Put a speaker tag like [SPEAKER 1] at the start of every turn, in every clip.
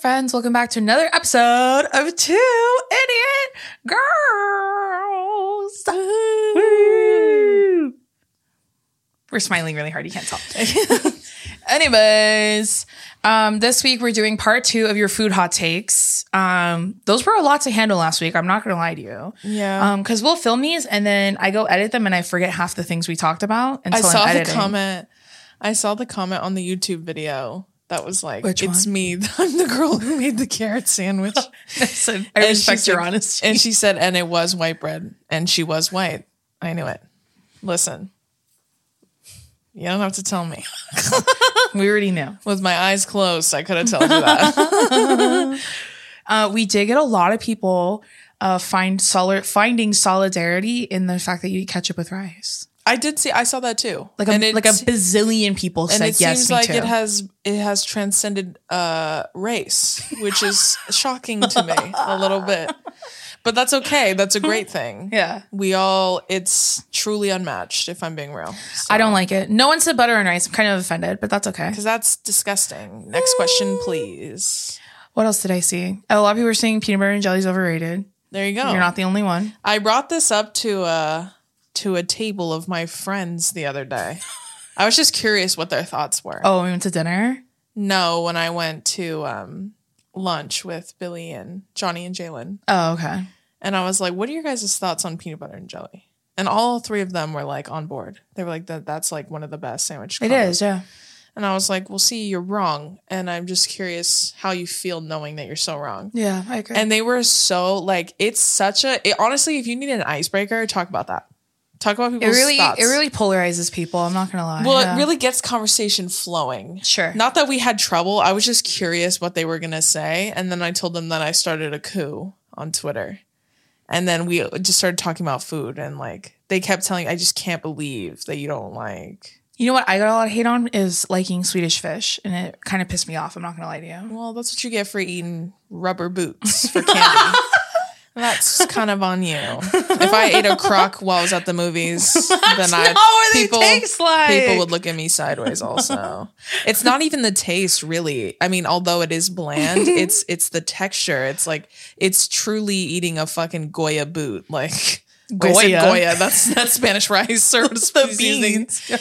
[SPEAKER 1] friends. Welcome back to another episode of Two Idiot Girls. Woo. We're smiling really hard. You can't tell. Anyways, um, this week we're doing part two of your food hot takes. Um, those were a lot to handle last week. I'm not going to lie to you.
[SPEAKER 2] Yeah.
[SPEAKER 1] Um, cause we'll film these and then I go edit them and I forget half the things we talked about
[SPEAKER 2] I
[SPEAKER 1] until
[SPEAKER 2] saw
[SPEAKER 1] am
[SPEAKER 2] the
[SPEAKER 1] editing.
[SPEAKER 2] comment. I saw the comment on the YouTube video that was like,
[SPEAKER 1] Which
[SPEAKER 2] "It's me. I'm the girl who made the carrot sandwich."
[SPEAKER 1] So I
[SPEAKER 2] And
[SPEAKER 1] respect
[SPEAKER 2] she's
[SPEAKER 1] your
[SPEAKER 2] like-
[SPEAKER 1] honesty.
[SPEAKER 2] and she said, "And it was white bread, and she was white. I knew it. Listen, you don't have to tell me.
[SPEAKER 1] we already knew.
[SPEAKER 2] With my eyes closed, I could have told you that.
[SPEAKER 1] Uh, we did get a lot of people uh, find solid finding solidarity in the fact that you eat ketchup with rice.
[SPEAKER 2] I did see. I saw that too.
[SPEAKER 1] Like a,
[SPEAKER 2] and it
[SPEAKER 1] like a
[SPEAKER 2] s-
[SPEAKER 1] bazillion people
[SPEAKER 2] and
[SPEAKER 1] said
[SPEAKER 2] it
[SPEAKER 1] yes,
[SPEAKER 2] seems
[SPEAKER 1] me
[SPEAKER 2] like
[SPEAKER 1] too.
[SPEAKER 2] it has it has transcended uh race which is shocking to me a little bit but that's okay that's a great thing
[SPEAKER 1] yeah,
[SPEAKER 2] we all it's truly unmatched if i'm being real
[SPEAKER 1] I don't like it. No one said butter and rice. I'm kind of offended, but that's okay.
[SPEAKER 2] because that's disgusting next question please
[SPEAKER 1] What else did I see? A lot of people were saying peanut butter and jelly is overrated.
[SPEAKER 2] there you go
[SPEAKER 1] You're not the only one.
[SPEAKER 2] i brought this up to uh to a table of my friends the other day i was just curious what their thoughts were
[SPEAKER 1] Oh, we went to dinner.
[SPEAKER 2] no when i went to um lunch with billy and johnny and jalen
[SPEAKER 1] Oh, okay.
[SPEAKER 2] And I was like, what are your guys' thoughts on peanut butter and jelly? And all three of them were like on board. They were like, that that's like one of the best sandwich.
[SPEAKER 1] It
[SPEAKER 2] combos."
[SPEAKER 1] is. Yeah.
[SPEAKER 2] And I was like, well, see, you're wrong. And I'm just curious how you feel knowing that you're so wrong.
[SPEAKER 1] Yeah, I agree.
[SPEAKER 2] And they were so like, it's such a, it, honestly, if you need an icebreaker, talk about that. Talk about
[SPEAKER 1] it
[SPEAKER 2] people's
[SPEAKER 1] really
[SPEAKER 2] thoughts.
[SPEAKER 1] it really polarizes people. I'm not gonna lie.
[SPEAKER 2] well,
[SPEAKER 1] Yeah.
[SPEAKER 2] it really gets conversation flowing.
[SPEAKER 1] sure.
[SPEAKER 2] Not that we had trouble. I was just curious what they were going to say. And then I told them that I started a coup on Twitter. And then we just started talking about food. And like, they kept telling, I just can't believe that you don't like.
[SPEAKER 1] You know what I got a lot of hate on is liking Swedish fish, and it kind of pissed me off. I'm not gonna lie to you.
[SPEAKER 2] Well, that's what you get for eating rubber boots for candy. that's kind of on you. If I ate a crock while I was at the movies, then I. people- People would look at me sideways also. it's not even the taste really. I mean, although it is bland, it's it's the texture. It's like it's truly eating a fucking Goya boot. Like I said
[SPEAKER 1] Goya?
[SPEAKER 2] Goya. That's that's Spanish rice or the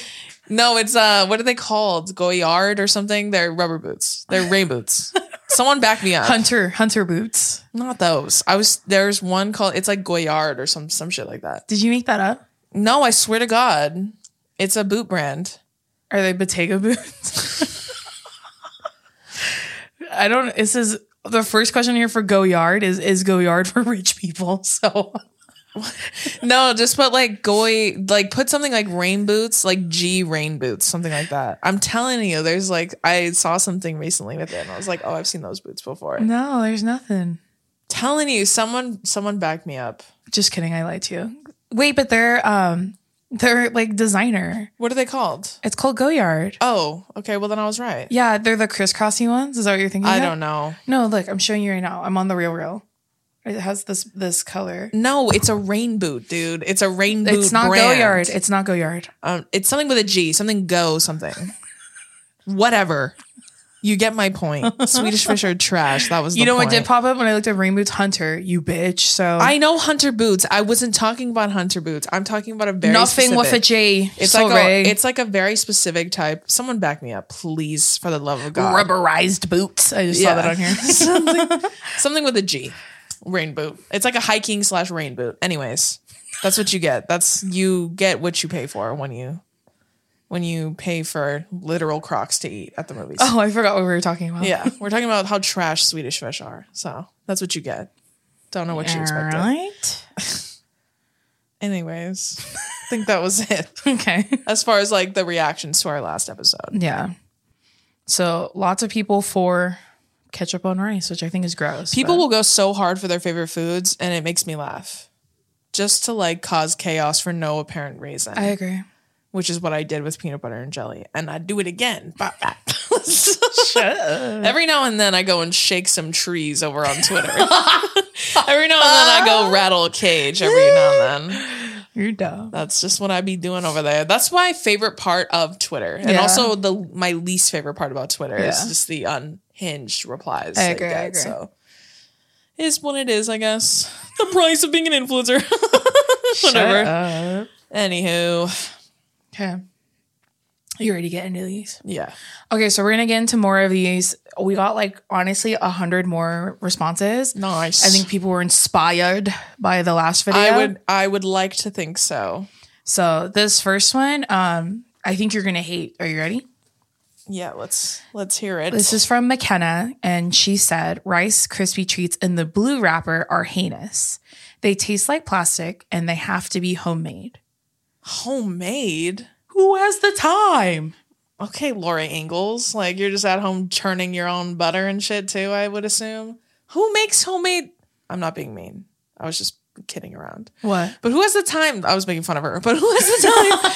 [SPEAKER 2] No, it's uh what are they called? Goyard or something? They're rubber boots. They're rain boots. Someone back me up.
[SPEAKER 1] hunter hunter boots.
[SPEAKER 2] Not those. I was there's one called it's like Goyard or some some shit like that.
[SPEAKER 1] Did you make that up?
[SPEAKER 2] No, I swear to God. It's a boot brand.
[SPEAKER 1] Are they Bottega boots? I don't. This is the first question here for Go Yard is is Go Yard for rich people? So
[SPEAKER 2] No, just put like goy, like put something like rain boots, like G rain boots, something like that. I'm telling you, there's like I saw something recently with it, and I was like, oh, I've seen those boots before.
[SPEAKER 1] no, there's nothing.
[SPEAKER 2] Telling you, someone, someone backed me up.
[SPEAKER 1] Just kidding. I lied to you. Wait, but they're um they're like designer.
[SPEAKER 2] What are they called?
[SPEAKER 1] It's called Go Yard.
[SPEAKER 2] Oh, okay. Well, then I was right.
[SPEAKER 1] Yeah, they're the crisscrossy ones. Is that what you're thinking?
[SPEAKER 2] I
[SPEAKER 1] of?
[SPEAKER 2] don't know.
[SPEAKER 1] No, look, I'm showing you right now. I'm on the real reel. It has this this color.
[SPEAKER 2] No, it's a rain boot, dude. It's a rain boot.
[SPEAKER 1] It's not
[SPEAKER 2] brand.
[SPEAKER 1] Go Yard. It's not Go Yard.
[SPEAKER 2] Um, it's something with a G, something go, something. Whatever. You get my point. Swedish fish are trash. That was
[SPEAKER 1] You
[SPEAKER 2] the
[SPEAKER 1] know what
[SPEAKER 2] point.
[SPEAKER 1] did pop up when I looked at Rain Boots Hunter? You bitch. So
[SPEAKER 2] I know hunter boots. I wasn't talking about hunter boots. I'm talking about a very
[SPEAKER 1] nothing with a
[SPEAKER 2] specific-
[SPEAKER 1] J.
[SPEAKER 2] It's
[SPEAKER 1] Sorry.
[SPEAKER 2] like a, it's like a very specific type. Someone back me up, please, for the love of God.
[SPEAKER 1] rubberized boots. I just saw
[SPEAKER 2] Yeah.
[SPEAKER 1] that on here.
[SPEAKER 2] something, something with a G, rain boot. It's like a hiking slash rain boot. Anyways, that's what you get. That's you get what you pay for when you when you pay for literal Crocs to eat at the movies.
[SPEAKER 1] oh, I forgot what we were talking about.
[SPEAKER 2] Yeah, we're talking about how trash Swedish fish are. So that's what you get. Don't know what you expected.
[SPEAKER 1] All right.
[SPEAKER 2] Anyways, I think that was it.
[SPEAKER 1] Okay.
[SPEAKER 2] as far as like the reactions to our last episode.
[SPEAKER 1] Yeah. So lots of people for ketchup on rice, which I think is gross.
[SPEAKER 2] People
[SPEAKER 1] but-
[SPEAKER 2] will go so hard for their favorite foods, and it makes me laugh just to like cause chaos for no apparent reason,
[SPEAKER 1] I agree.
[SPEAKER 2] which is what I did with peanut butter and jelly. And I do it again. Bop, bop. Every now and then I go and shake some trees over on Twitter. every now and then I go rattle a cage every now and then.
[SPEAKER 1] You're dumb.
[SPEAKER 2] That's just what I be doing over there. That's my favorite part of Twitter. And
[SPEAKER 1] Yeah.
[SPEAKER 2] also the my least favorite part about Twitter is
[SPEAKER 1] Yeah.
[SPEAKER 2] just the unhinged hinged replies
[SPEAKER 1] I
[SPEAKER 2] like
[SPEAKER 1] agree, I
[SPEAKER 2] that.
[SPEAKER 1] agree.
[SPEAKER 2] So it is what it is, I guess. The price of being an influencer. Whatever. Anywho,
[SPEAKER 1] Okay. You ready to get into these?
[SPEAKER 2] yeah.
[SPEAKER 1] Okay, so we're gonna get into more of these. We got like honestly a hundred more responses.
[SPEAKER 2] Nice.
[SPEAKER 1] I think people were inspired by the last video.
[SPEAKER 2] I would I would like to think so.
[SPEAKER 1] So this first one, um, I think you're gonna hate. Are you ready?
[SPEAKER 2] Yeah, let's let's hear it.
[SPEAKER 1] This is from McKenna, and she said Rice crispy treats in the blue wrapper are heinous. They taste like plastic, and they have to be homemade.
[SPEAKER 2] homemade.
[SPEAKER 1] Who has the time?
[SPEAKER 2] Okay, Laura Ingalls. Like you're just at home churning your own butter and shit too, I would assume. Who makes homemade I'm not being mean. I was just kidding around.
[SPEAKER 1] What?
[SPEAKER 2] But who has the time? I was making fun of her, but who has the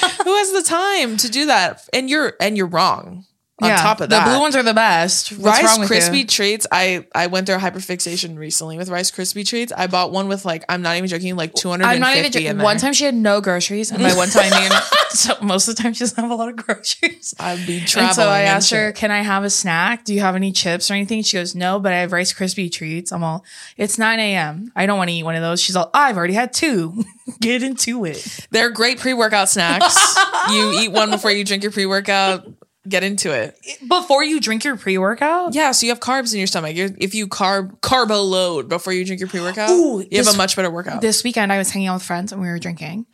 [SPEAKER 2] time? who has the time to do that? And you're and you're wrong. On top of that.
[SPEAKER 1] the blue ones are the best. What's
[SPEAKER 2] Rice
[SPEAKER 1] wrong with
[SPEAKER 2] Krispie
[SPEAKER 1] you?
[SPEAKER 2] treats. I I went through a hyperfixation recently with Rice Krispie treats. I bought one with like I'm not even joking, like 250.
[SPEAKER 1] I'm not even
[SPEAKER 2] in
[SPEAKER 1] joking.
[SPEAKER 2] there.
[SPEAKER 1] One time she had no groceries, and by one time, I mean so most of the time she doesn't have a lot of groceries.
[SPEAKER 2] I'd be traveling.
[SPEAKER 1] And so I asked her,
[SPEAKER 2] shit.
[SPEAKER 1] "Can I have a snack? Do you have any chips or anything?" She goes, "No, but I have Rice Krispie treats." I'm all, "It's 9 a.m. I don't want to eat one of those." She's all, "I've already had two. Get into it."
[SPEAKER 2] They're great pre-workout snacks. you eat one before you drink your pre-workout. Get into it.
[SPEAKER 1] Before you drink your pre-workout,
[SPEAKER 2] Yeah, so you have carbs in your stomach. You're, if you carb carbo load before you drink your pre-workout,
[SPEAKER 1] Ooh,
[SPEAKER 2] you have
[SPEAKER 1] this-
[SPEAKER 2] a much better workout.
[SPEAKER 1] this weekend I was hanging out with friends and we were drinking,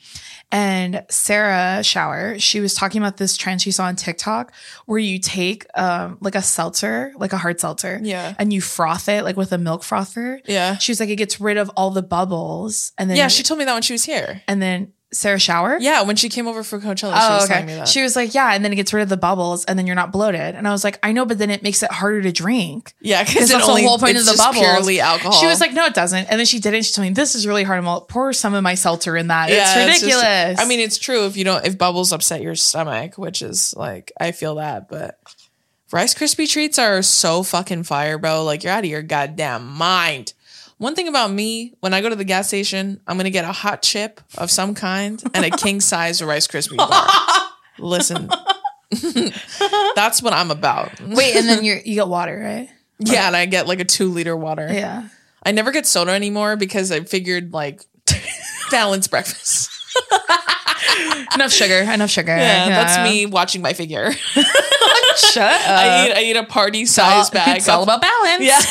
[SPEAKER 1] and Sarah Shower she was talking about this trend she saw on TikTok where you take um like a seltzer, like a hard seltzer,
[SPEAKER 2] Yeah.
[SPEAKER 1] and you froth it like with a milk frother.
[SPEAKER 2] yeah.
[SPEAKER 1] She was like, it gets rid of all the bubbles, and then
[SPEAKER 2] Yeah, she told me that when she was here.
[SPEAKER 1] and then Sarah Shower.
[SPEAKER 2] Yeah, when she came over for Coachella, she
[SPEAKER 1] Oh,
[SPEAKER 2] was
[SPEAKER 1] okay.
[SPEAKER 2] telling me that.
[SPEAKER 1] She was like, yeah, and then it gets rid of the bubbles, and then you're not bloated. And I was like, I know, but then it makes it harder to drink.
[SPEAKER 2] yeah,
[SPEAKER 1] Because
[SPEAKER 2] because
[SPEAKER 1] that's the whole point of the bubbles.
[SPEAKER 2] Purely alcohol.
[SPEAKER 1] She was like, no, it doesn't. And then she did it. She told me, this is really hard. I'm all, pour some of my seltzer in that.
[SPEAKER 2] Yeah,
[SPEAKER 1] it's
[SPEAKER 2] just-
[SPEAKER 1] ridiculous.
[SPEAKER 2] I mean, it's true if you don't if bubbles upset your stomach, which is like I feel that, but Rice Krispie treats are so fucking fire, bro. Like you're out of your goddamn mind. One thing about me, when I go to the gas station, I'm gonna get a hot chip of some kind and a king size Rice Krispie bar. Listen, that's what I'm about.
[SPEAKER 1] wait, and then you you get water, right?
[SPEAKER 2] Yeah, and I get like a two liter water.
[SPEAKER 1] Yeah.
[SPEAKER 2] I never get soda anymore because I figured like balanced breakfast.
[SPEAKER 1] Enough sugar. Enough sugar.
[SPEAKER 2] Yeah, that's me watching my figure.
[SPEAKER 1] Shut up.
[SPEAKER 2] I eat I eat a party
[SPEAKER 1] All-
[SPEAKER 2] size bag.
[SPEAKER 1] Uh, It's all
[SPEAKER 2] of-
[SPEAKER 1] about balance.
[SPEAKER 2] yeah,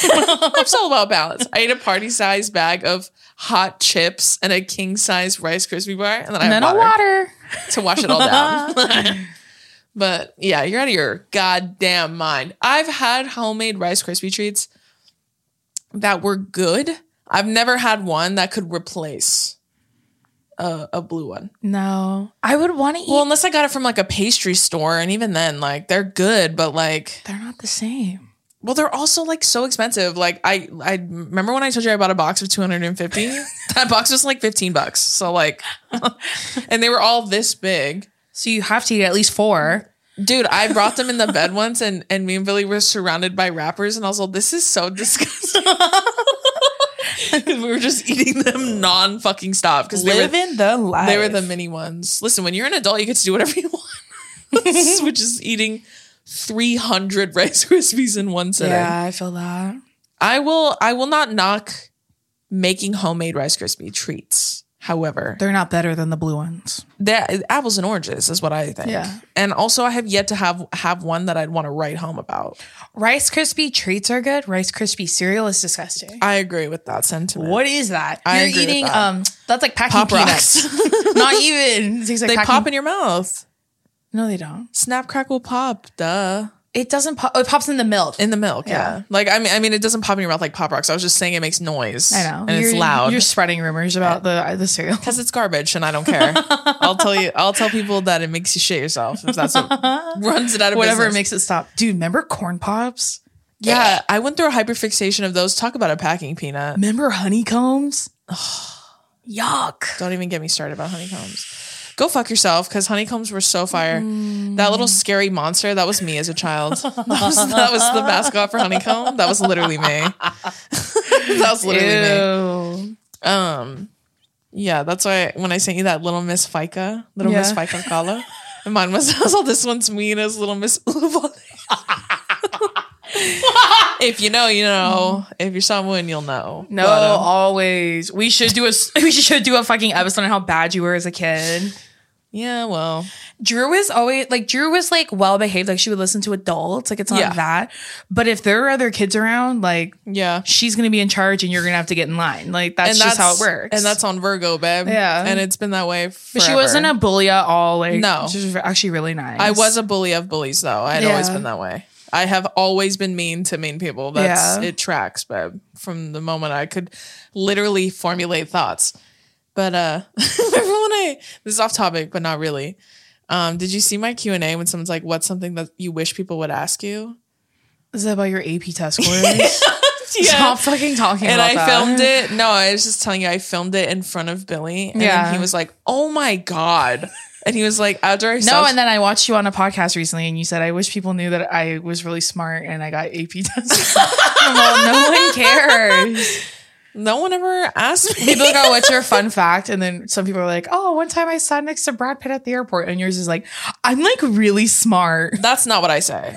[SPEAKER 2] it's all about balance. I eat a party size bag of hot chips and a king size Rice Krispie bar, and then I
[SPEAKER 1] And
[SPEAKER 2] have
[SPEAKER 1] then
[SPEAKER 2] water,
[SPEAKER 1] a water.
[SPEAKER 2] to wash it all down. but yeah, you're out of your goddamn mind. I've had homemade Rice Krispie treats that were good. I've never had one that could replace a, a blue one.
[SPEAKER 1] No, I would want to eat.
[SPEAKER 2] Well, unless I got it from like a pastry store, and even then, like they're good, but like
[SPEAKER 1] They're not the same.
[SPEAKER 2] Well, they're also like so expensive. Like I, I remember when I told you I bought a box of 250. that box was like 15 bucks. So like, and they were all this big.
[SPEAKER 1] So you have to eat at least four.
[SPEAKER 2] Dude, I brought them in the bed once, and and me and Billy were surrounded by wrappers, and I was like, "This is so disgusting." 'Cause we were just eating them non fucking stop because they were
[SPEAKER 1] the life.
[SPEAKER 2] they were the mini ones. Listen, when you're an adult, you get to do whatever you want, which is eating 300 Rice Krispies in one sitting.
[SPEAKER 1] Yeah, I feel that.
[SPEAKER 2] I will I will not knock making homemade Rice Krispie treats. However,
[SPEAKER 1] They're not better than the blue ones.
[SPEAKER 2] they're, apples and oranges is what I think.
[SPEAKER 1] Yeah.
[SPEAKER 2] And also I have yet to have have one that I'd want to write home about.
[SPEAKER 1] Rice Krispie treats are good. Rice Krispie cereal is disgusting.
[SPEAKER 2] I agree with that sentiment.
[SPEAKER 1] What is that?
[SPEAKER 2] I
[SPEAKER 1] You're
[SPEAKER 2] agree with
[SPEAKER 1] eating
[SPEAKER 2] that.
[SPEAKER 1] um that's like packing
[SPEAKER 2] Pop
[SPEAKER 1] peanuts.
[SPEAKER 2] rocks.
[SPEAKER 1] Not even. It tastes like
[SPEAKER 2] they
[SPEAKER 1] packing-
[SPEAKER 2] pop in your mouth.
[SPEAKER 1] No, they don't.
[SPEAKER 2] Snap crackle pop, duh.
[SPEAKER 1] It doesn't pop it pops in the milk.
[SPEAKER 2] In the milk, yeah.
[SPEAKER 1] Yeah.
[SPEAKER 2] Like I mean I mean it doesn't pop in your mouth like pop rocks. I was just saying it makes noise.
[SPEAKER 1] I know.
[SPEAKER 2] And it's
[SPEAKER 1] You're-
[SPEAKER 2] loud.
[SPEAKER 1] You're spreading rumors about the uh, the cereal.
[SPEAKER 2] because it's garbage and I don't care. I'll tell you I'll tell people that it makes you shit yourself if that's what runs it out of
[SPEAKER 1] Whatever
[SPEAKER 2] business.
[SPEAKER 1] makes it stop. Dude, remember corn pops?
[SPEAKER 2] Yeah, I went through a hyperfixation of those. Talk about a packing peanut.
[SPEAKER 1] Remember honeycombs? Yuck.
[SPEAKER 2] Don't even get me started about honeycombs. Go fuck yourself because honeycombs were so fire. That
[SPEAKER 1] Mm.
[SPEAKER 2] little scary monster, that was me as a child. That was, that was the mascot for honeycomb. That was literally me. that was literally me.
[SPEAKER 1] Ew.
[SPEAKER 2] Um, yeah, that's why when I sent you that little Miss Fica, little Miss
[SPEAKER 1] Yeah.
[SPEAKER 2] Fica Kala, and mine was, I was all this one's me and it was little Miss Uvalde. if you know, you know. If you're someone, you'll know.
[SPEAKER 1] No,
[SPEAKER 2] But, um,
[SPEAKER 1] always. We should do a s- we should do a fucking episode on how bad you were as a kid.
[SPEAKER 2] yeah, well,
[SPEAKER 1] Drew is always like Drew was like well behaved, like she would listen to adults, like it's not
[SPEAKER 2] Yeah.
[SPEAKER 1] that. But if there are other kids around, like
[SPEAKER 2] yeah.
[SPEAKER 1] she's gonna be in charge and you're gonna have to get in line. Like that's just how it works.
[SPEAKER 2] And that's on Virgo, babe.
[SPEAKER 1] Yeah.
[SPEAKER 2] and it's been that way. Forever.
[SPEAKER 1] but she wasn't a bully at all. Like
[SPEAKER 2] No.
[SPEAKER 1] she was actually really nice.
[SPEAKER 2] I was a bully of bullies, though. I had always
[SPEAKER 1] Yeah.
[SPEAKER 2] been that way. I have always been mean to mean people. That's
[SPEAKER 1] Yeah.
[SPEAKER 2] it tracks, babe. From the moment I could literally formulate thoughts. But uh remember when I this is off topic, but not really. Um, did you see my Q and A when someone's like, "What's something that you wish people would ask you?"
[SPEAKER 1] Is that about your AP test scores? Stop fucking talking
[SPEAKER 2] and
[SPEAKER 1] about
[SPEAKER 2] I
[SPEAKER 1] that.
[SPEAKER 2] filmed it. No, I was just telling you, I filmed it in front of Billy, and
[SPEAKER 1] Yeah.
[SPEAKER 2] then he was like, "Oh my god," and he was like, "After I
[SPEAKER 1] No,
[SPEAKER 2] saw-
[SPEAKER 1] and then I watched you on a podcast recently, and you said, "I wish people knew that I was really smart and I got AP tests." I'm all, no one cares.
[SPEAKER 2] no one ever asked me."
[SPEAKER 1] People go, oh, "What's your fun fact?" And then some people are like, "Oh, one time I sat next to Brad Pitt at the airport," and yours is like, "I'm like really smart."
[SPEAKER 2] That's not what I say.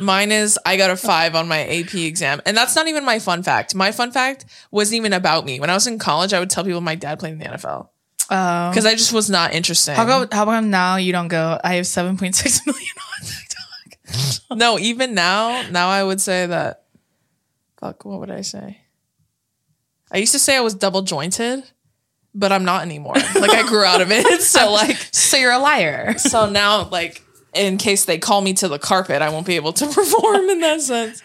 [SPEAKER 2] Mine is I got a five on my AP exam. And that's not even my fun fact. My fun fact wasn't even about me. When I was in college, I would tell people my dad played in the NFL
[SPEAKER 1] Um,
[SPEAKER 2] because I just was not interesting.
[SPEAKER 1] how about how about now you don't go? I have 7.6 million on TikTok.
[SPEAKER 2] no, even now, now I would say that. Fuck, what would I say? I used to say I was double jointed, but I'm not anymore. Like I grew out of it. So, like,
[SPEAKER 1] So you're a liar.
[SPEAKER 2] so now, like, in case they call me to the carpet, I won't be able to perform in that sense.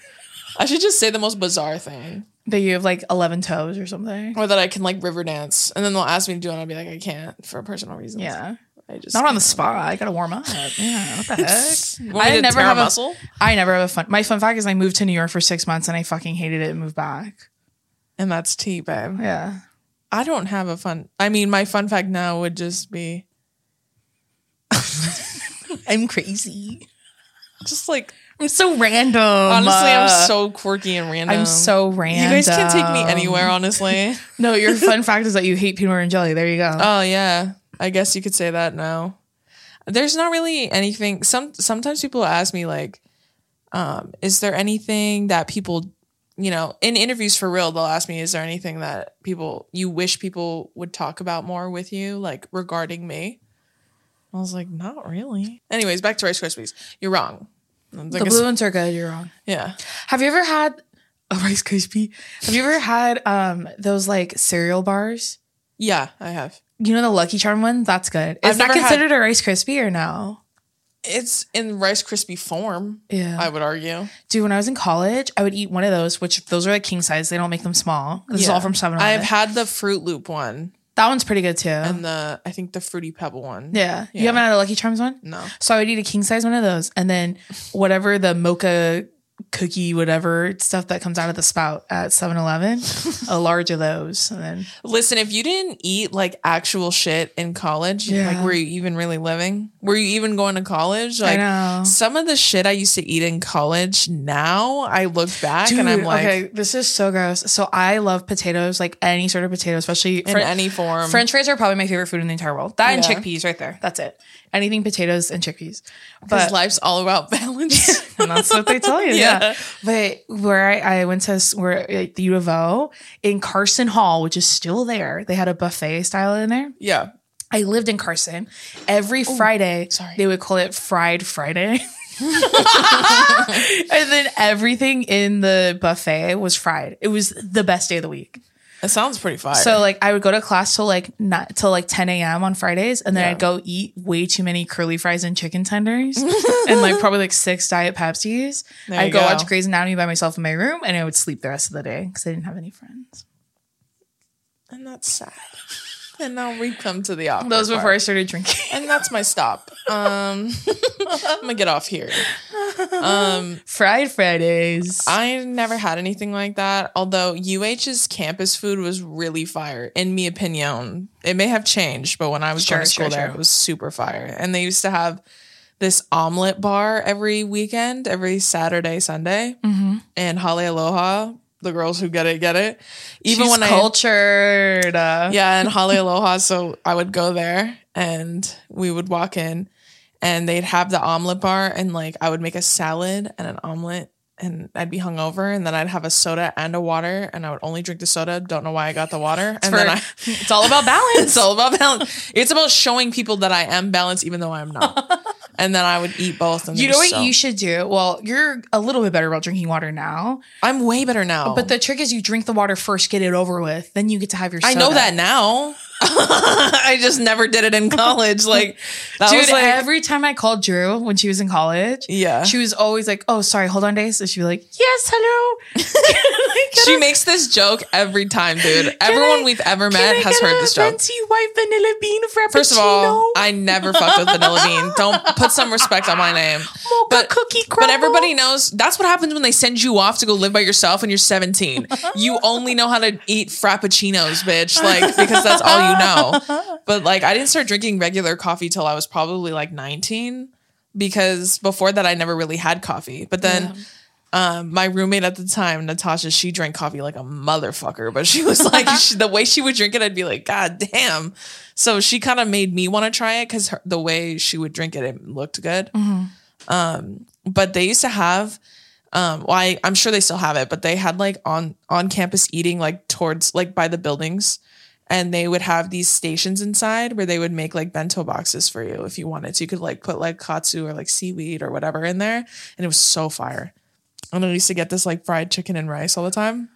[SPEAKER 2] I should just say the most bizarre thing.
[SPEAKER 1] That you have like 11 toes or something.
[SPEAKER 2] or that I can like river dance, and then they'll ask me to do it, and I'll be like, I can't for personal reasons.
[SPEAKER 1] Yeah,
[SPEAKER 2] I just
[SPEAKER 1] not on the spot. I gotta warm up. Yeah, what the heck? I
[SPEAKER 2] I
[SPEAKER 1] never
[SPEAKER 2] never
[SPEAKER 1] have
[SPEAKER 2] have
[SPEAKER 1] a-
[SPEAKER 2] muscle.
[SPEAKER 1] I never have a fun. My fun fact is I moved to New York for six months and I fucking hated it and moved back.
[SPEAKER 2] and that's tea, babe.
[SPEAKER 1] Yeah.
[SPEAKER 2] I don't have a fun. I mean, my fun fact now would just be
[SPEAKER 1] I'm crazy.
[SPEAKER 2] just like
[SPEAKER 1] I'm so random. Honestly,
[SPEAKER 2] honestly, I'm so quirky and random.
[SPEAKER 1] uh, I'm so
[SPEAKER 2] You
[SPEAKER 1] random.
[SPEAKER 2] guys can't take me anywhere, honestly.
[SPEAKER 1] No, your fun fact is that you hate peanut butter and jelly. There you go.
[SPEAKER 2] oh yeah, I guess you could say that now. There's not really anything. Some sometimes people ask me like, um, is there anything that people, you know, in interviews for real, they'll ask me, is there anything that people you wish people would talk about more with you, like regarding me? I was like, not really. Anyways, back to Rice Krispies. You're wrong. I
[SPEAKER 1] the
[SPEAKER 2] guess-
[SPEAKER 1] blue ones are good. You're wrong.
[SPEAKER 2] yeah.
[SPEAKER 1] Have you ever had a Rice Krispie? Have you ever had um those like cereal bars?
[SPEAKER 2] Yeah, I have.
[SPEAKER 1] You know the Lucky Charm one? That's good. Is
[SPEAKER 2] I've
[SPEAKER 1] that
[SPEAKER 2] never had-
[SPEAKER 1] considered a Rice Krispie or no?
[SPEAKER 2] It's in Rice Krispie form,
[SPEAKER 1] Yeah.
[SPEAKER 2] I would argue.
[SPEAKER 1] Dude, when I was in college, I would eat one of those, which those are like king size. They don't make them small. This is
[SPEAKER 2] Yeah.
[SPEAKER 1] all from 7
[SPEAKER 2] I've
[SPEAKER 1] Eleven.
[SPEAKER 2] had the Fruit Loop one.
[SPEAKER 1] That one's pretty good too.
[SPEAKER 2] and the I think the fruity pebble one.
[SPEAKER 1] Yeah. You
[SPEAKER 2] Yeah.
[SPEAKER 1] haven't had a Lucky Charms one?
[SPEAKER 2] No.
[SPEAKER 1] So I would eat a king size one of those and then whatever the mocha cookie, whatever stuff that comes out of the spout at 7 Eleven, a large of those. And then
[SPEAKER 2] Listen, if you didn't eat like actual shit in college,
[SPEAKER 1] Yeah.
[SPEAKER 2] like were you even really living? Were you even going to college? Like
[SPEAKER 1] know.
[SPEAKER 2] some of the shit I used to eat in college, now I look back and I'm
[SPEAKER 1] Dude,
[SPEAKER 2] like
[SPEAKER 1] okay, this is so gross. So I love potatoes, like any sort of potato, especially
[SPEAKER 2] in
[SPEAKER 1] Fre-
[SPEAKER 2] any form.
[SPEAKER 1] French fries are probably my favorite food in the entire world. That and
[SPEAKER 2] Yeah.
[SPEAKER 1] chickpeas right there. That's it. Anything potatoes and chickpeas.
[SPEAKER 2] 'Cause
[SPEAKER 1] But
[SPEAKER 2] life's all about balance.
[SPEAKER 1] and that's what they tell you. yeah.
[SPEAKER 2] Yeah.
[SPEAKER 1] But where I, I went to s- where at the U of O in Carson Hall, which is still there, they had a buffet style in there.
[SPEAKER 2] yeah.
[SPEAKER 1] I lived in Carson. Every Friday,
[SPEAKER 2] Oh, sorry.
[SPEAKER 1] they would call it Fried Friday. and then everything in the buffet was fried. It was the best day of the week.
[SPEAKER 2] That sounds pretty fire.
[SPEAKER 1] So like I would go to class till like not till like 10 a.m. on Fridays, and then I'd go eat way too many curly fries and chicken tenders, and like probably like six diet Pepsis.
[SPEAKER 2] There
[SPEAKER 1] I'd
[SPEAKER 2] you
[SPEAKER 1] go,
[SPEAKER 2] go.
[SPEAKER 1] watch Grey's Anatomy by myself in my room, and I would sleep the rest of the day because I didn't have any friends.
[SPEAKER 2] and that's sad. and now we come to the awkward
[SPEAKER 1] That was
[SPEAKER 2] part.
[SPEAKER 1] before I started drinking.
[SPEAKER 2] and that's my stop. Um, I'm gonna get off here. Um,
[SPEAKER 1] Fried Fridays.
[SPEAKER 2] I never had anything like that. Although UH's campus food was really fire, in my opinion. It may have changed, but when I was
[SPEAKER 1] Sure,
[SPEAKER 2] going to
[SPEAKER 1] sure,
[SPEAKER 2] school there,
[SPEAKER 1] sure.
[SPEAKER 2] it was super fire. And they used to have this omelet bar every weekend, every Saturday, Sunday.
[SPEAKER 1] mm-hmm.
[SPEAKER 2] And Holly Aloha, the girls who get it, get it.
[SPEAKER 1] Even
[SPEAKER 2] Even
[SPEAKER 1] She's
[SPEAKER 2] when
[SPEAKER 1] cultured. Uh,
[SPEAKER 2] I yeah, and Holly Aloha. So I would go there, and we would walk in, and they'd have the omelet bar, and like I would make a salad and an omelet. and I'd be hungover, and then I'd have a soda and a water, and I would only drink the soda. Don't know why I got the water, and then I.
[SPEAKER 1] It's all about balance.
[SPEAKER 2] It's all about balance. It's about showing people that I am balanced, even though I'm not. and then I would eat both. And
[SPEAKER 1] you
[SPEAKER 2] they're
[SPEAKER 1] know what
[SPEAKER 2] so-
[SPEAKER 1] you should do? Well, you're a little bit better about drinking water now,
[SPEAKER 2] I'm way better now.
[SPEAKER 1] but the trick is you drink the water first, get it over with, then you get to have your.
[SPEAKER 2] I
[SPEAKER 1] Soda.
[SPEAKER 2] know that now. I just never did it in college. Like that
[SPEAKER 1] Dude,
[SPEAKER 2] was like
[SPEAKER 1] every time I called Drew when she was in college,
[SPEAKER 2] yeah.
[SPEAKER 1] she
[SPEAKER 2] She,
[SPEAKER 1] was always like, "Oh, sorry, hold on, days," and she'd be like, "Yes, hello." Like, can I-
[SPEAKER 2] makes this joke every time, dude. Everyone
[SPEAKER 1] I-
[SPEAKER 2] we've ever
[SPEAKER 1] can
[SPEAKER 2] met
[SPEAKER 1] I
[SPEAKER 2] has
[SPEAKER 1] get
[SPEAKER 2] heard
[SPEAKER 1] a
[SPEAKER 2] this joke.
[SPEAKER 1] Venti white vanilla bean frappuccino.
[SPEAKER 2] First of all, I never fucked with Vanilla Bean. Don't put some respect on my name.
[SPEAKER 1] mocha
[SPEAKER 2] but-
[SPEAKER 1] cookie crumble.
[SPEAKER 2] But everybody knows that's what happens when they send you off to go live by yourself when you're 17. You only know how to eat frappuccinos, bitch, like because that's all you know. But like I didn't start drinking regular coffee till I was probably like 19 because before that I never really had coffee. But then um, my roommate at the time, Natasha, she drank coffee like a motherfucker, but she was like, she, the way she would drink it, I'd be like, God damn. So she kind of made me want to try it because the way she would drink it, it looked good. Um, but they used to have, um, well, I, I'm sure they still have it, but they had like on on campus eating like towards like by the buildings, and they would have these stations inside where they would make like bento boxes for you if you wanted to. You could like put like katsu or like seaweed or whatever in there, and it was so fire. And I used to get this like fried chicken and rice all the time.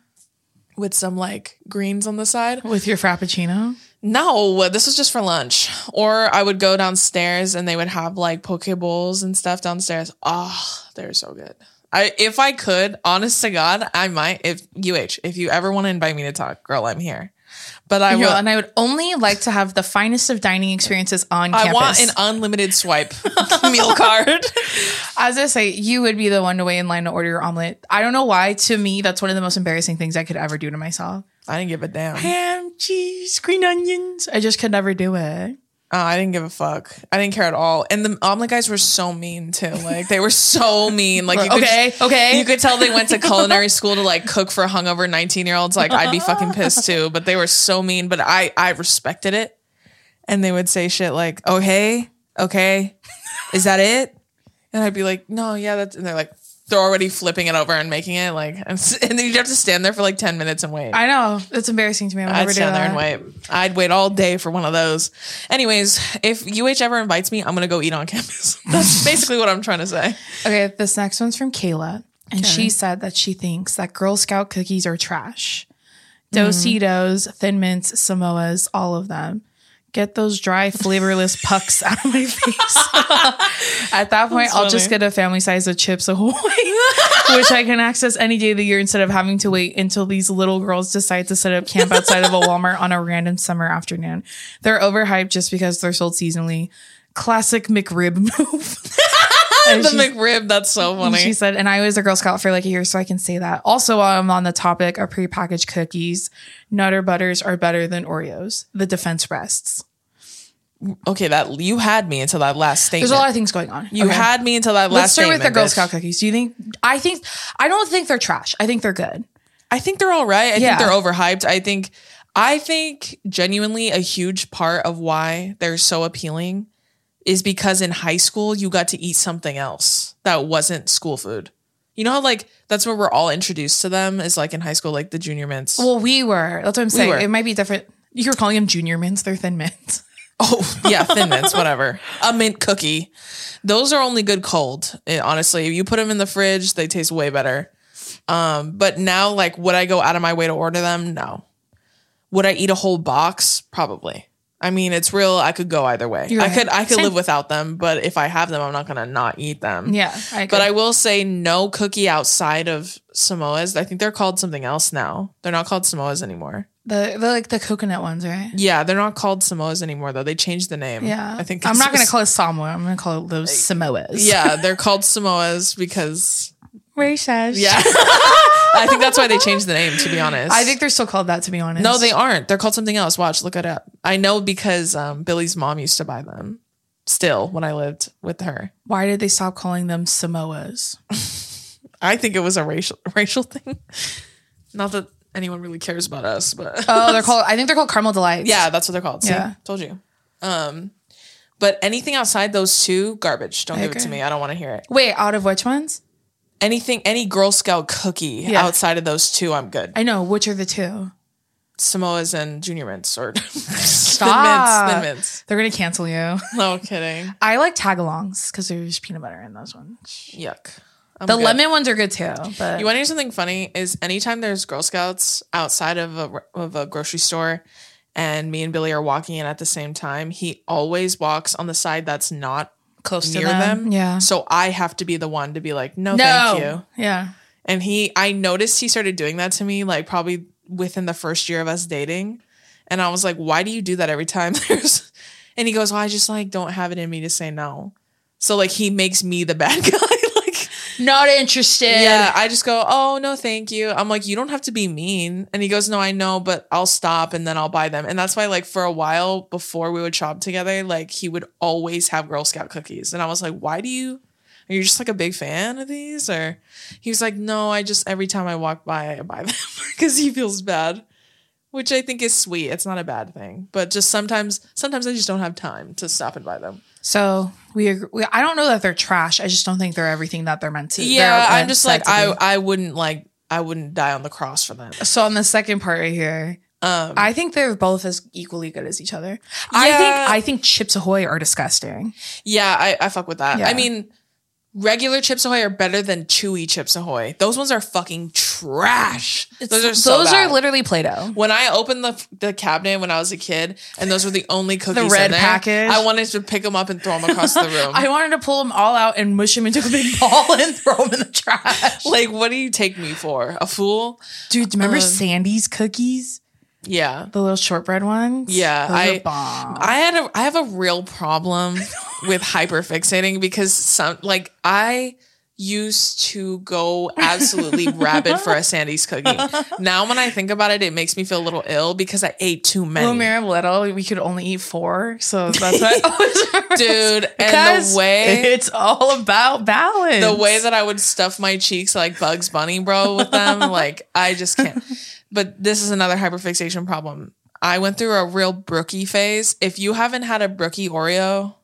[SPEAKER 2] With some like greens on the side.
[SPEAKER 1] with your frappuccino.
[SPEAKER 2] No, this was just for lunch. Or I would go downstairs and they would have like poke bowls and stuff downstairs. Oh, they're so good. I if I could, honest to God, I might. If UH, if you ever want to invite me to talk, girl, I'm here. But I
[SPEAKER 1] You know,
[SPEAKER 2] will.
[SPEAKER 1] and I would only like to have the finest of dining experiences on
[SPEAKER 2] I
[SPEAKER 1] campus.
[SPEAKER 2] want an unlimited swipe meal card.
[SPEAKER 1] As I say, you would be the one to wait in line to order your omelet. I don't know why. To me, that's one of the most embarrassing things I could ever do to myself.
[SPEAKER 2] I didn't give a damn. Uh,
[SPEAKER 1] Ham, cheese, green onions. I just could never do it.
[SPEAKER 2] Oh, I didn't give a fuck. I didn't care at all. And the omelet guys were so mean too. Like they were so mean. Like you could
[SPEAKER 1] okay, okay.
[SPEAKER 2] You could tell they went to culinary school to like cook for hungover 19 year olds. Like I'd be fucking pissed too, but they were so mean, but I, I respected it. And they would say shit like, okay, okay, is that it? And I'd be like, no, yeah, that's, and they're like, they're already flipping it over and making it like, and, s- and then you'd have to stand there for like 10 minutes and wait.
[SPEAKER 1] I know that's embarrassing to me. I would never
[SPEAKER 2] I'd
[SPEAKER 1] do
[SPEAKER 2] stand there and
[SPEAKER 1] that.
[SPEAKER 2] wait. I'd wait all day for one of those. Anyways, if UH ever invites me, I'm gonna go eat on campus. That's basically what I'm trying to say.
[SPEAKER 1] Okay, this next one's from Kayla, and she said that she thinks that Girl Scout cookies are trash.
[SPEAKER 2] Mm-hmm.
[SPEAKER 1] Dositos, Thin Mints, Samoas, all of them. Get those dry, flavorless pucks out of my face. At that point,
[SPEAKER 2] That's
[SPEAKER 1] I'll just
[SPEAKER 2] funny.
[SPEAKER 1] get a family size of Chips Ahoy, which I can access any day of the year instead of having to wait until these little girls decide to set up camp outside of a Walmart on a random summer afternoon. They're overhyped just because they're sold seasonally. Classic McRib move. And
[SPEAKER 2] the
[SPEAKER 1] she's-
[SPEAKER 2] McRib, that's so
[SPEAKER 1] and
[SPEAKER 2] funny.
[SPEAKER 1] She said, and I was a Girl Scout for like a year, so I can say that. Also, while I'm on the topic of prepackaged cookies, Nutter Butters are better than Oreos. The defense rests.
[SPEAKER 2] Okay, that you had me until that last statement.
[SPEAKER 1] There's a lot of things going on.
[SPEAKER 2] you
[SPEAKER 1] Okay.
[SPEAKER 2] had me until that last.
[SPEAKER 1] Let's start with the
[SPEAKER 2] statement,
[SPEAKER 1] Girl
[SPEAKER 2] bitch.
[SPEAKER 1] Scout cookies. Do you think? I think I don't think they're trash. I think they're good.
[SPEAKER 2] I think they're all right. I
[SPEAKER 1] Yeah.
[SPEAKER 2] think they're overhyped. I think, I think genuinely a huge part of why they're so appealing is because in high school you got to eat something else that wasn't school food. You know how like that's where we're all introduced to them is like in high school, like the junior mints.
[SPEAKER 1] Well, we were. That's what I'm saying.
[SPEAKER 2] were.
[SPEAKER 1] it might be different. You were calling them junior mints. They're thin mints.
[SPEAKER 2] Oh, yeah, thin mints, whatever. A mint cookie. Those are only good cold, eh, honestly. You put them in the fridge, they taste way better. Um, but now, like, would I go out of my way to order them? No. Would I eat a whole box? Probably. I mean, it's real. I could go either way.
[SPEAKER 1] You're
[SPEAKER 2] I
[SPEAKER 1] right.
[SPEAKER 2] could I could
[SPEAKER 1] Same.
[SPEAKER 2] live without them, but if I have them, I'm not gonna not eat them.
[SPEAKER 1] Yeah, I
[SPEAKER 2] But
[SPEAKER 1] agree.
[SPEAKER 2] I will say no cookie outside of Samoa's. I think they're called something else now. They're not called Samoa's anymore.
[SPEAKER 1] the the like the coconut ones, right?
[SPEAKER 2] Yeah, they're not called Samoa's anymore though. They changed the name.
[SPEAKER 1] Yeah,
[SPEAKER 2] Mm-hmm. I think
[SPEAKER 1] I'm
[SPEAKER 2] this
[SPEAKER 1] not gonna
[SPEAKER 2] was-
[SPEAKER 1] call it Samoa. I'm gonna call it those Samoas.
[SPEAKER 2] Yeah, they're called Samoas because
[SPEAKER 1] racist.
[SPEAKER 2] yeah. I think that's why they changed the name. To be honest,
[SPEAKER 1] I think they're still called that. To be honest,
[SPEAKER 2] no, they aren't. They're called something else. Watch, look it up. I know because um, Billy's mom used to buy them. Still, when I lived with her,
[SPEAKER 1] Why did they stop calling them Samoas?
[SPEAKER 2] I think it was a racial racial thing. Not that anyone really cares about us, but
[SPEAKER 1] Oh, they're called. I think they're called caramel delights.
[SPEAKER 2] yeah, that's what they're called. See?
[SPEAKER 1] Yeah.
[SPEAKER 2] told you. Um, but anything outside those two, garbage. Don't give it to
[SPEAKER 1] agree.
[SPEAKER 2] me. I don't want to hear it.
[SPEAKER 1] Wait, out of which ones?
[SPEAKER 2] anything, any Girl Scout cookie
[SPEAKER 1] Yeah.
[SPEAKER 2] outside of those two, I'm good.
[SPEAKER 1] I know. Which are the two?
[SPEAKER 2] Samoa's and Junior Mints or
[SPEAKER 1] Stop.
[SPEAKER 2] Thin Mints. Thin Mints.
[SPEAKER 1] They're gonna cancel you.
[SPEAKER 2] No kidding.
[SPEAKER 1] I like tagalongs because there's peanut butter in those ones.
[SPEAKER 2] Yuck. I'm
[SPEAKER 1] The
[SPEAKER 2] good.
[SPEAKER 1] lemon ones are good too, but
[SPEAKER 2] You want to hear something funny? Is anytime there's Girl Scouts outside of a of a grocery store, and me and Billy are walking in at the same time, he always walks on the side that's not
[SPEAKER 1] close to
[SPEAKER 2] near
[SPEAKER 1] them.
[SPEAKER 2] them.
[SPEAKER 1] Yeah.
[SPEAKER 2] So I have to be the one to be like, no,
[SPEAKER 1] no.
[SPEAKER 2] thank you.
[SPEAKER 1] Yeah.
[SPEAKER 2] And he, I noticed he started doing that to me, like probably within the first year of us dating. And I was like, why do you do that every time there's? And he goes, well, I just like don't have it in me to say no. So like he makes me the bad guy. like
[SPEAKER 1] Not interested.
[SPEAKER 2] yeah, I just go, oh no, thank you. I'm like, you don't have to be mean. And he goes, no, I know, but I'll stop and then I'll buy them. And that's why, like, for a while before we would shop together, like he would always have Girl Scout cookies, and I was like, why do you? Are you just like a big fan of these? Or he was like, no, I just every time I walk by, I buy them because he feels bad, which I think is sweet. It's not a bad thing, but just sometimes, sometimes I just don't have time to stop and buy them.
[SPEAKER 1] So we, agree, we I don't know that they're trash. I just don't think they're everything that they're meant to.
[SPEAKER 2] Yeah,
[SPEAKER 1] they're
[SPEAKER 2] I'm just
[SPEAKER 1] meant
[SPEAKER 2] like
[SPEAKER 1] to
[SPEAKER 2] I,
[SPEAKER 1] be.
[SPEAKER 2] I wouldn't like I wouldn't die on the cross for that.
[SPEAKER 1] So on the second part right here,
[SPEAKER 2] Um,
[SPEAKER 1] I think they're both as equally good as each other. I think
[SPEAKER 2] Yeah.
[SPEAKER 1] I think Chips Ahoy are disgusting.
[SPEAKER 2] Yeah, I, I fuck with that.
[SPEAKER 1] Yeah.
[SPEAKER 2] I mean, regular Chips Ahoy are better than chewy Chips Ahoy. Those ones are fucking trash. those are so
[SPEAKER 1] those
[SPEAKER 2] bad.
[SPEAKER 1] are literally Play-Doh.
[SPEAKER 2] when I opened the the cabinet when I was a kid, and those were the only cookies
[SPEAKER 1] red
[SPEAKER 2] in there,
[SPEAKER 1] package.
[SPEAKER 2] I wanted to pick them up and throw them across the room.
[SPEAKER 1] I wanted to pull them all out and mush them into a big ball and throw them in the trash.
[SPEAKER 2] like, what do you take me for? A fool?
[SPEAKER 1] Dude, do you remember
[SPEAKER 2] Um,
[SPEAKER 1] Sandy's cookies?
[SPEAKER 2] Yeah.
[SPEAKER 1] The little shortbread ones?
[SPEAKER 2] Yeah,
[SPEAKER 1] Those I,
[SPEAKER 2] I-
[SPEAKER 1] bomb.
[SPEAKER 2] I had a I have a real problem with hyperfixating because some like I used to go absolutely rabid for a Sandy's cookie. Now when I think about it, it makes me feel a little ill because I ate too many.
[SPEAKER 1] when we were little, we could only eat four. So that's what I always remember.
[SPEAKER 2] Dude, and
[SPEAKER 1] Because
[SPEAKER 2] the way
[SPEAKER 1] it's all about balance.
[SPEAKER 2] the way that I would stuff my cheeks like Bugs Bunny bro with them, like I just can't. But this is another hyperfixation problem. I went through a real brookie phase. If you haven't had a brookie Oreo,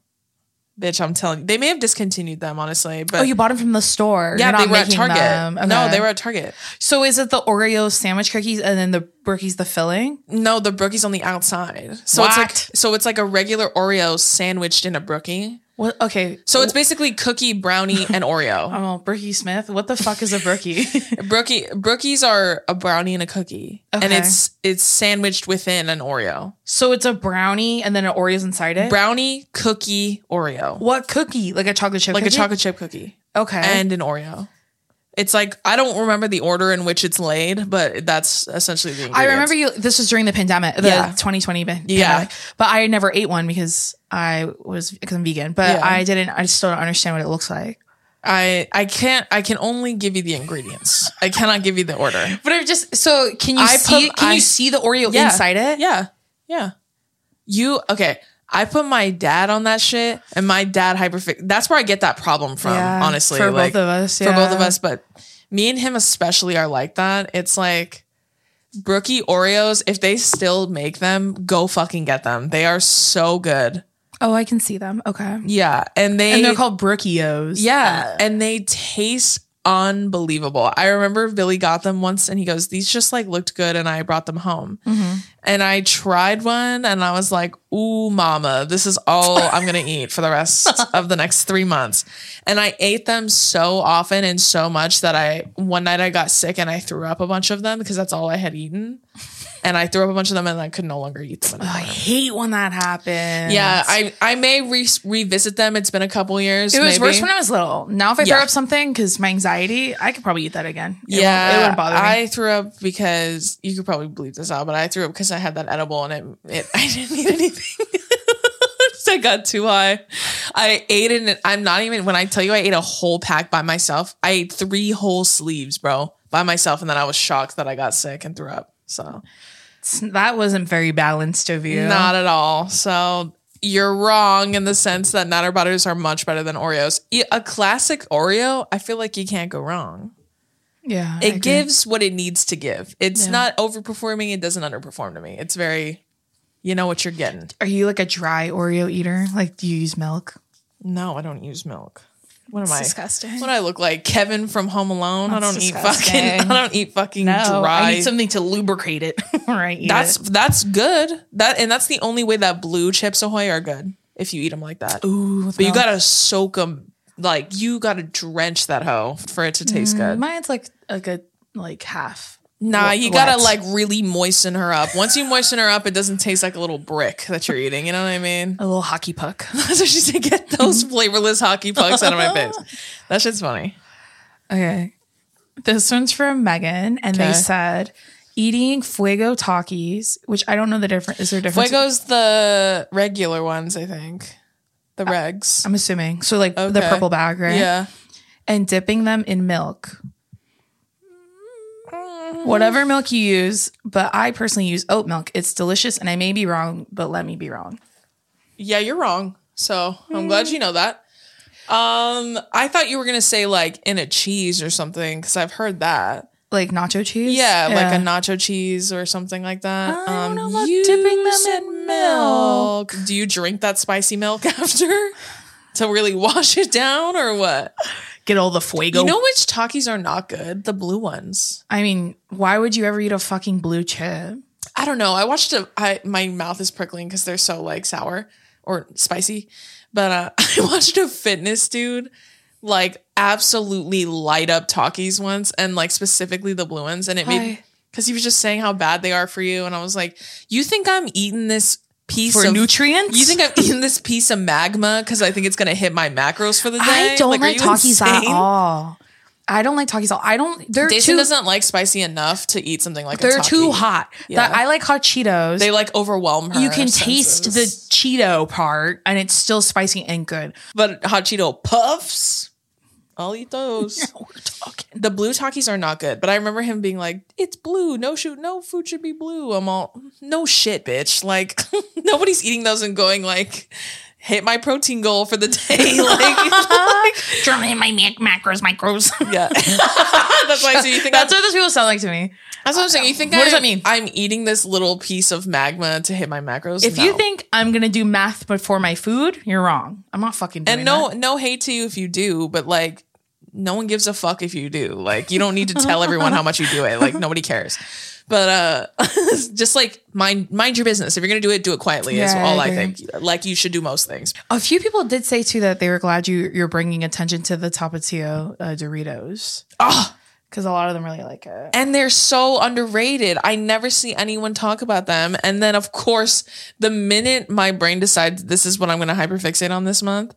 [SPEAKER 2] bitch, I'm telling you, they may have discontinued them, honestly. But
[SPEAKER 1] Oh, you bought them from the store.
[SPEAKER 2] Yeah,
[SPEAKER 1] You're not
[SPEAKER 2] they were at
[SPEAKER 1] making
[SPEAKER 2] Target.
[SPEAKER 1] them.
[SPEAKER 2] No,
[SPEAKER 1] Okay.
[SPEAKER 2] they were at Target.
[SPEAKER 1] So is it the Oreo sandwich cookies and then the Brookie's the filling?
[SPEAKER 2] No, the brookie's on the outside. So it's like
[SPEAKER 1] What?
[SPEAKER 2] so it's like a regular Oreo sandwiched in a brookie.
[SPEAKER 1] What? Okay.
[SPEAKER 2] So it's basically cookie, brownie, and Oreo.
[SPEAKER 1] Oh, Brookie Smith. What the fuck is a Brookie?
[SPEAKER 2] Brookie brookies are a brownie and a cookie, and
[SPEAKER 1] Okay.
[SPEAKER 2] it's it's sandwiched within an Oreo.
[SPEAKER 1] so it's a brownie and then an Oreo's inside it.
[SPEAKER 2] Brownie, cookie, Oreo,
[SPEAKER 1] what cookie? Like a chocolate chip?
[SPEAKER 2] like a
[SPEAKER 1] cookie?
[SPEAKER 2] chocolate chip cookie,
[SPEAKER 1] Okay.
[SPEAKER 2] and an Oreo. It's like I don't remember the order in which it's laid, but that's essentially the.
[SPEAKER 1] I
[SPEAKER 2] ingredients.
[SPEAKER 1] remember you. This was during the pandemic, the
[SPEAKER 2] Yeah.
[SPEAKER 1] 2020 pan- pandemic.
[SPEAKER 2] Yeah.
[SPEAKER 1] But I never ate one because I was because I'm vegan. But
[SPEAKER 2] Yeah.
[SPEAKER 1] I didn't. I still don't understand what it looks like.
[SPEAKER 2] I I can't. I can only give you the ingredients. I cannot give you the order.
[SPEAKER 1] But I just so can you
[SPEAKER 2] I
[SPEAKER 1] see?
[SPEAKER 2] put-
[SPEAKER 1] can
[SPEAKER 2] I-
[SPEAKER 1] you see the Oreo
[SPEAKER 2] Yeah.
[SPEAKER 1] inside it?
[SPEAKER 2] Yeah. Yeah. You okay. I put my dad on that shit and my dad hyperfix that's where I get that problem from,
[SPEAKER 1] Yeah,
[SPEAKER 2] honestly.
[SPEAKER 1] for
[SPEAKER 2] like,
[SPEAKER 1] both of us.
[SPEAKER 2] For both of
[SPEAKER 1] yeah.
[SPEAKER 2] us, but me and him especially are like that. It's like Brookie Oreos, if they still make them, go fucking get them. They are so good.
[SPEAKER 1] Oh, I can see them. Okay.
[SPEAKER 2] Yeah. And they
[SPEAKER 1] And they're called Brookios.
[SPEAKER 2] Yeah. And they taste unbelievable. I remember Billy got them once and he goes, These just like looked good and I brought them home.
[SPEAKER 1] Mm-hmm.
[SPEAKER 2] And I tried one and I was like, Ooh, mama, this is all I'm going to eat for the rest of the next three months. And I ate them so often and so much that I, one night I got sick and I threw up a bunch of them because that's all I had eaten. And I threw up a bunch of them and I could no longer eat them.
[SPEAKER 1] Oh, I
[SPEAKER 2] Anymore.
[SPEAKER 1] hate when that happens.
[SPEAKER 2] Yeah, I, I may re- revisit them. It's been a couple years.
[SPEAKER 1] It was
[SPEAKER 2] maybe.
[SPEAKER 1] worse when I was little. Now, if I throw
[SPEAKER 2] Yeah.
[SPEAKER 1] up something because my anxiety, I could probably eat that again. It won't-
[SPEAKER 2] Yeah,
[SPEAKER 1] it wouldn't bother me.
[SPEAKER 2] I threw up because you could probably bleep this out, but I threw up because I had that edible and it, it I didn't eat anything. I got too high. I ate it. and I'm not even when I tell you I ate a whole pack by myself. I ate three whole sleeves, bro, by myself, and then I was shocked that I got sick and threw up. So
[SPEAKER 1] It's- that wasn't very balanced of you.
[SPEAKER 2] not at all. So you're wrong in the sense that Nutter Butters are much better than Oreos. E- A classic Oreo, I feel like you can't go wrong.
[SPEAKER 1] yeah. I
[SPEAKER 2] it
[SPEAKER 1] agree.
[SPEAKER 2] gives what it needs to give. It's
[SPEAKER 1] Yeah.
[SPEAKER 2] not overperforming. It doesn't underperform to me. It's very, you know what you're getting.
[SPEAKER 1] Are you like a dry Oreo eater? Like, do you use milk?
[SPEAKER 2] No, I don't use milk. What am I?
[SPEAKER 3] disgusting.
[SPEAKER 2] What do I look like? Kevin from Home Alone. I
[SPEAKER 1] That's
[SPEAKER 2] don't
[SPEAKER 1] disgusting.
[SPEAKER 2] eat fucking. I don't eat fucking
[SPEAKER 1] No,
[SPEAKER 2] dry.
[SPEAKER 1] I need something to lubricate it. right.
[SPEAKER 2] that's that's good. That and that's the only way that blue chips ahoy are good if you eat them like that.
[SPEAKER 1] ooh,
[SPEAKER 2] but you gotta soak them. Like you gotta drench that hoe for it to taste
[SPEAKER 1] Mm-hmm.
[SPEAKER 2] good.
[SPEAKER 1] Mine's like a good like half.
[SPEAKER 2] Nah,
[SPEAKER 1] Wh-
[SPEAKER 2] you gotta
[SPEAKER 1] what?
[SPEAKER 2] like really moisten her up. Once you moisten her up, it doesn't taste like a little brick that you're eating. You know what I mean?
[SPEAKER 1] A little hockey puck.
[SPEAKER 2] so she said, "Get those flavorless hockey pucks out of my face." That shit's funny.
[SPEAKER 1] Okay. This one's from Megan, and
[SPEAKER 2] Okay.
[SPEAKER 1] they said eating fuego takis, which I don't know the difference. Is there a difference?
[SPEAKER 2] Fuego's the regular ones, I think. The regs.
[SPEAKER 1] I'm assuming. So like the
[SPEAKER 2] Okay.
[SPEAKER 1] purple bag, right?
[SPEAKER 2] Yeah.
[SPEAKER 1] And dipping them in milk. Whatever milk you use, but I personally use oat milk. It's delicious, and I may be wrong, but let me be wrong.
[SPEAKER 2] Yeah, you're wrong. So I'm glad you know that. Um, I thought you were gonna say like in a cheese or something because I've heard that.
[SPEAKER 1] Like nacho cheese.
[SPEAKER 2] Yeah, like a nacho cheese or something like that. Um,
[SPEAKER 1] I don't know about dipping them
[SPEAKER 2] use
[SPEAKER 1] in milk.
[SPEAKER 2] Do you drink that spicy milk after to really wash it down or what?
[SPEAKER 1] get all the fuego.
[SPEAKER 2] You know which Takis are not good? The blue ones.
[SPEAKER 1] I mean, why would you ever eat a fucking blue chip?
[SPEAKER 2] I don't know. I watched a. I my mouth is prickling because they're so like sour or spicy. But uh, I watched a fitness dude like absolutely light up talkies once, and like specifically the blue ones, and it made
[SPEAKER 1] Why?
[SPEAKER 2] because he was just saying how bad they are for you, and I was like, you think I'm eating this piece
[SPEAKER 1] For
[SPEAKER 2] of
[SPEAKER 1] nutrients?
[SPEAKER 2] you think I'm eating this piece of magma because I think it's gonna hit my macros for the day?
[SPEAKER 1] I don't
[SPEAKER 2] are
[SPEAKER 1] like,
[SPEAKER 2] you
[SPEAKER 1] talkies at
[SPEAKER 2] insane?
[SPEAKER 1] all. I don't like talkies at all. I don't. They're
[SPEAKER 2] Jason
[SPEAKER 1] too.
[SPEAKER 2] doesn't like spicy enough to eat something like a
[SPEAKER 1] they're too
[SPEAKER 2] Takis.
[SPEAKER 1] hot. That I like hot Cheetos.
[SPEAKER 2] They like overwhelm her.
[SPEAKER 1] you can taste the
[SPEAKER 2] senses.
[SPEAKER 1] Cheeto part, and it's still spicy and good.
[SPEAKER 2] But hot Cheeto puffs, I'll eat those.
[SPEAKER 1] We're talking.
[SPEAKER 2] the blue Takis are not good, but I remember him being like, "It's blue. No shoot. No food should be blue." I'm all, "No shit, bitch. Like nobody's eating those and going like, hit my protein goal for the day." like,
[SPEAKER 1] Drowning in my mac- macros, micros.
[SPEAKER 2] yeah. that's why. So you think
[SPEAKER 1] That's
[SPEAKER 2] I'm,
[SPEAKER 1] what those people sound like to me.
[SPEAKER 2] that's what I'm saying. You think
[SPEAKER 1] What
[SPEAKER 2] I'm,
[SPEAKER 1] does that mean?
[SPEAKER 2] I'm eating this little piece of magma to hit my macros.
[SPEAKER 1] If you
[SPEAKER 2] No.
[SPEAKER 1] think I'm gonna do math before my food, you're wrong. I'm not fucking. Doing
[SPEAKER 2] And no, no hate to you if you do, but like, no one gives a fuck if you do. Like, you don't need to tell everyone how much you do it. Like, nobody cares. But uh just like mind mind your business. If you're gonna do it, do it quietly. is
[SPEAKER 1] Yeah, I
[SPEAKER 2] all I,
[SPEAKER 1] agree.
[SPEAKER 2] think. Like you should do most things.
[SPEAKER 1] that. a few people did say too that they were glad you you're bringing attention to the Tapatio uh, Doritos
[SPEAKER 2] Oh,
[SPEAKER 1] because a lot of them really like it.
[SPEAKER 2] and they're so underrated. I never see anyone talk about them. And then of course, the minute my brain decides this is what I'm gonna hyperfixate on this month,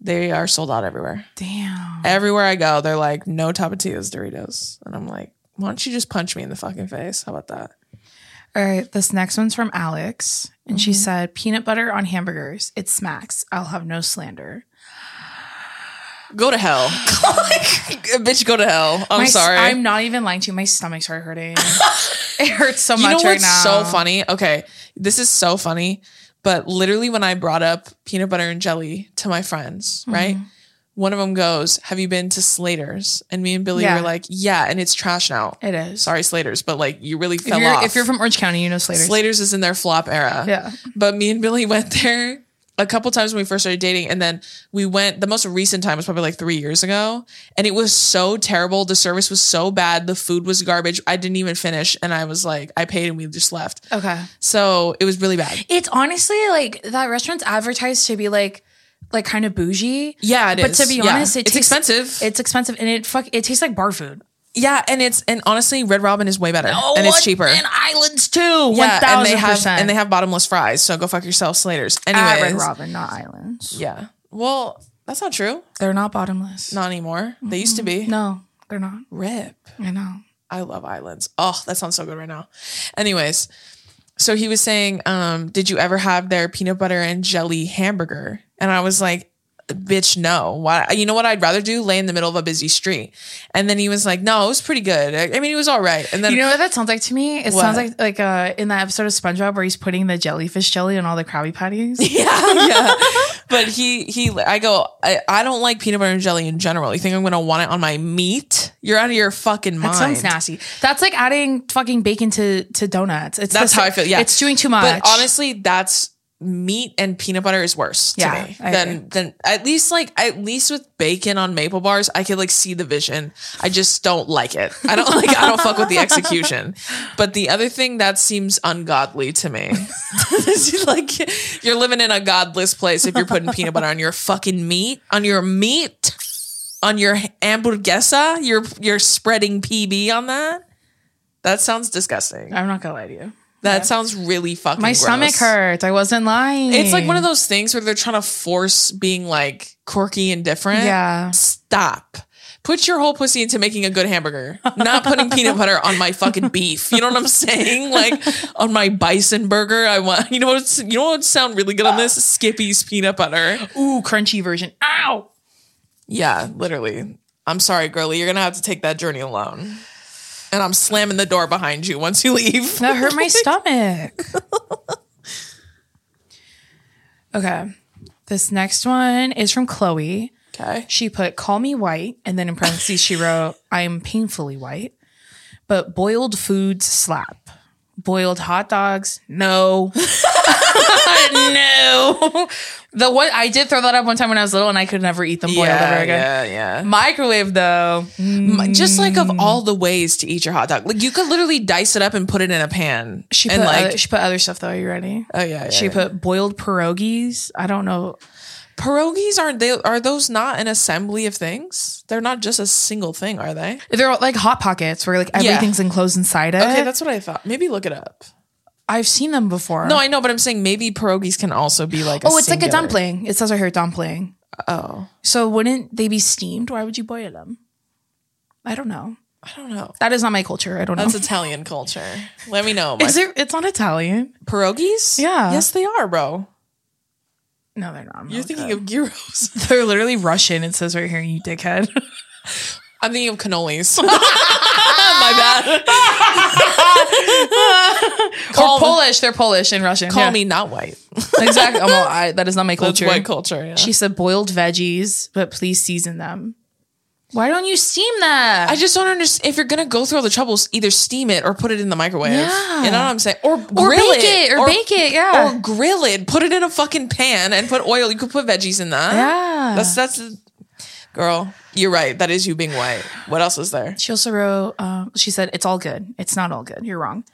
[SPEAKER 2] they are sold out everywhere.
[SPEAKER 1] Damn.
[SPEAKER 2] everywhere I go, they're like, no Tapatillas, Doritos. And I'm like, why don't you just punch me in the fucking face? How about that?
[SPEAKER 1] All right, this next one's from Alex, and she said, "Peanut butter on hamburgers. It smacks. I'll have no slander."
[SPEAKER 2] Go to hell. like, bitch, go to hell. I'm
[SPEAKER 1] My s-
[SPEAKER 2] sorry.
[SPEAKER 1] I'm not even lying to you. My stomach started hurting. it hurts so
[SPEAKER 2] you
[SPEAKER 1] much
[SPEAKER 2] know what's
[SPEAKER 1] right now.
[SPEAKER 2] so funny? Okay, this is so funny. But literally, when I brought up peanut butter and jelly to my friends,
[SPEAKER 1] Mm-hmm.
[SPEAKER 2] right? One of them goes, "Have you been to Slater's?" And me and Billy
[SPEAKER 1] Yeah.
[SPEAKER 2] were like, "Yeah," and it's trash now.
[SPEAKER 1] It is.
[SPEAKER 2] Sorry, Slater's, but like you really
[SPEAKER 1] If
[SPEAKER 2] fell
[SPEAKER 1] you're,
[SPEAKER 2] off.
[SPEAKER 1] if you're from Orange County, you know Slater's.
[SPEAKER 2] Slater's is in their flop era.
[SPEAKER 1] Yeah.
[SPEAKER 2] But me and Billy went there a couple times when we first started dating. And then we went, the most recent time was probably like three years ago. And it was so terrible. The service was so bad. The food was garbage. I didn't even finish. And I was like, I paid and we just left.
[SPEAKER 1] Okay.
[SPEAKER 2] So it was really bad.
[SPEAKER 1] It's honestly like that restaurant's advertised to be like, like kind of bougie.
[SPEAKER 2] Yeah, it is.
[SPEAKER 1] But to be
[SPEAKER 2] Yeah.
[SPEAKER 1] honest, it
[SPEAKER 2] it's
[SPEAKER 1] tastes-
[SPEAKER 2] expensive.
[SPEAKER 1] It's expensive and it fuck. It tastes like bar food.
[SPEAKER 2] yeah, and it's and honestly, Red Robin is way better and it's cheaper.
[SPEAKER 1] Oh, And islands too. One
[SPEAKER 2] yeah, and they
[SPEAKER 1] thousand
[SPEAKER 2] have
[SPEAKER 1] percent.
[SPEAKER 2] and they have bottomless fries. So go fuck yourself, Slater's.
[SPEAKER 1] at
[SPEAKER 2] Anyways,
[SPEAKER 1] Red Robin, not islands.
[SPEAKER 2] yeah. Well, that's not true.
[SPEAKER 1] They're not bottomless.
[SPEAKER 2] Not anymore. They used to be.
[SPEAKER 1] No, they're not.
[SPEAKER 2] Rip.
[SPEAKER 1] I know.
[SPEAKER 2] I love islands. Oh, that sounds so good right now. Anyways, so he was saying, um, did you ever have their peanut butter and jelly hamburger? And I was like, bitch, no. Why? You know what I'd rather do? Lay in the middle of a busy street. And then he was like, no, it was pretty good. I, I mean, it was all right. And then
[SPEAKER 1] You know what that sounds like to me? It sounds
[SPEAKER 2] What?
[SPEAKER 1] like like uh, in that episode of SpongeBob where he's putting the jellyfish jelly on all the Krabby Patties.
[SPEAKER 2] yeah, yeah. But he he I go, I, I don't like peanut butter and jelly in general. You think I'm gonna want it on my meat? You're out of your fucking mind.
[SPEAKER 1] That sounds nasty. That's like adding fucking bacon to to donuts. It's
[SPEAKER 2] That's
[SPEAKER 1] the sa-
[SPEAKER 2] how I feel, yeah.
[SPEAKER 1] it's doing too much.
[SPEAKER 2] But honestly, that's meat and peanut butter is worse
[SPEAKER 1] Yeah,
[SPEAKER 2] to me
[SPEAKER 1] I
[SPEAKER 2] than
[SPEAKER 1] agree.
[SPEAKER 2] than at least like at least with bacon on maple bars I could like see the vision I just don't like it I don't like I don't fuck with the execution but the other thing that seems ungodly to me It's like you're living in a godless place if you're putting peanut butter on your fucking meat on your meat on your hamburguesa you're you're spreading PB on that that sounds disgusting
[SPEAKER 1] I'm not gonna lie to you.
[SPEAKER 2] that sounds really fucking
[SPEAKER 1] Uh, My
[SPEAKER 2] gross.
[SPEAKER 1] stomach hurts. I wasn't lying.
[SPEAKER 2] It's like one of those things where they're trying to force being like quirky and different.
[SPEAKER 1] Yeah.
[SPEAKER 2] Stop. Put your whole pussy into making a good hamburger, not putting peanut butter on my fucking beef. You know what I'm saying? Like on my bison burger, I want. You know what's You know what would sound really good on this? Skippy's peanut butter.
[SPEAKER 1] ooh crunchy version. Ow.
[SPEAKER 2] Yeah, literally. I'm sorry, girly. You're gonna have to take that journey alone. And I'm slamming the door behind you once you leave.
[SPEAKER 1] That hurt my stomach. okay. This next one is from Chloe.
[SPEAKER 2] Okay.
[SPEAKER 1] She put, call me white. And then in parentheses, she wrote, I am painfully white. But boiled foods slap. Boiled hot dogs, no. no. The one I did throw that up one time when I was little and I could never eat them boiled ever again.
[SPEAKER 2] yeah, yeah.
[SPEAKER 1] Microwave though.
[SPEAKER 2] M- just like of all the ways to eat your hot dog, like you could literally dice it up and put it in a pan.
[SPEAKER 1] She put
[SPEAKER 2] and
[SPEAKER 1] like,
[SPEAKER 2] like,
[SPEAKER 1] she put other stuff though. Are you ready?
[SPEAKER 2] uh, oh yeah, yeah,
[SPEAKER 1] She
[SPEAKER 2] yeah.
[SPEAKER 1] put boiled pierogies. I don't know.
[SPEAKER 2] pierogies aren't they? Are those not an assembly of things? They're not just a single thing, are they?
[SPEAKER 1] They're like hot pockets where like
[SPEAKER 2] Yeah.
[SPEAKER 1] everything's enclosed inside it.
[SPEAKER 2] Okay, that's what I thought. Maybe look it up.
[SPEAKER 1] I've seen them before.
[SPEAKER 2] No, I know, but I'm saying maybe pierogies can also be like.
[SPEAKER 1] oh, it's like a
[SPEAKER 2] singular-
[SPEAKER 1] dumpling. It says right here dumpling.
[SPEAKER 2] Oh,
[SPEAKER 1] So wouldn't they be steamed? Why would you boil them? I don't know.
[SPEAKER 2] I don't know.
[SPEAKER 1] That is not my culture. I don't know.
[SPEAKER 2] That's Italian culture. Let me know.
[SPEAKER 1] is it? It's not Italian.
[SPEAKER 2] My- pierogies?
[SPEAKER 1] Yeah.
[SPEAKER 2] Yes, they are, bro.
[SPEAKER 1] No, they're not.
[SPEAKER 2] You're thinking of gyros.
[SPEAKER 1] they're literally Russian. It says right here, you dickhead.
[SPEAKER 2] I'm thinking of cannolis. My bad.
[SPEAKER 1] or Polish. They're Polish and Russian.
[SPEAKER 2] Call
[SPEAKER 1] Yeah.
[SPEAKER 2] me not white.
[SPEAKER 1] exactly. Well, I, that is not my
[SPEAKER 2] That's
[SPEAKER 1] culture.
[SPEAKER 2] white culture. Yeah.
[SPEAKER 1] She said boiled veggies, but please season them. Why don't you steam that?
[SPEAKER 2] I just don't understand. If you're gonna go through all the troubles, either steam it or put it in the microwave.
[SPEAKER 1] Yeah.
[SPEAKER 2] You know what I'm saying? Or,
[SPEAKER 1] or
[SPEAKER 2] grill
[SPEAKER 1] bake it, or, bake it, yeah.
[SPEAKER 2] or grill it. Put it in a fucking pan and put oil. You could put veggies in that.
[SPEAKER 1] Yeah.
[SPEAKER 2] That's that's. Girl, you're right. That is you being white. What else is there?
[SPEAKER 1] she also wrote, uh, she said, it's all good. It's not all good. You're wrong.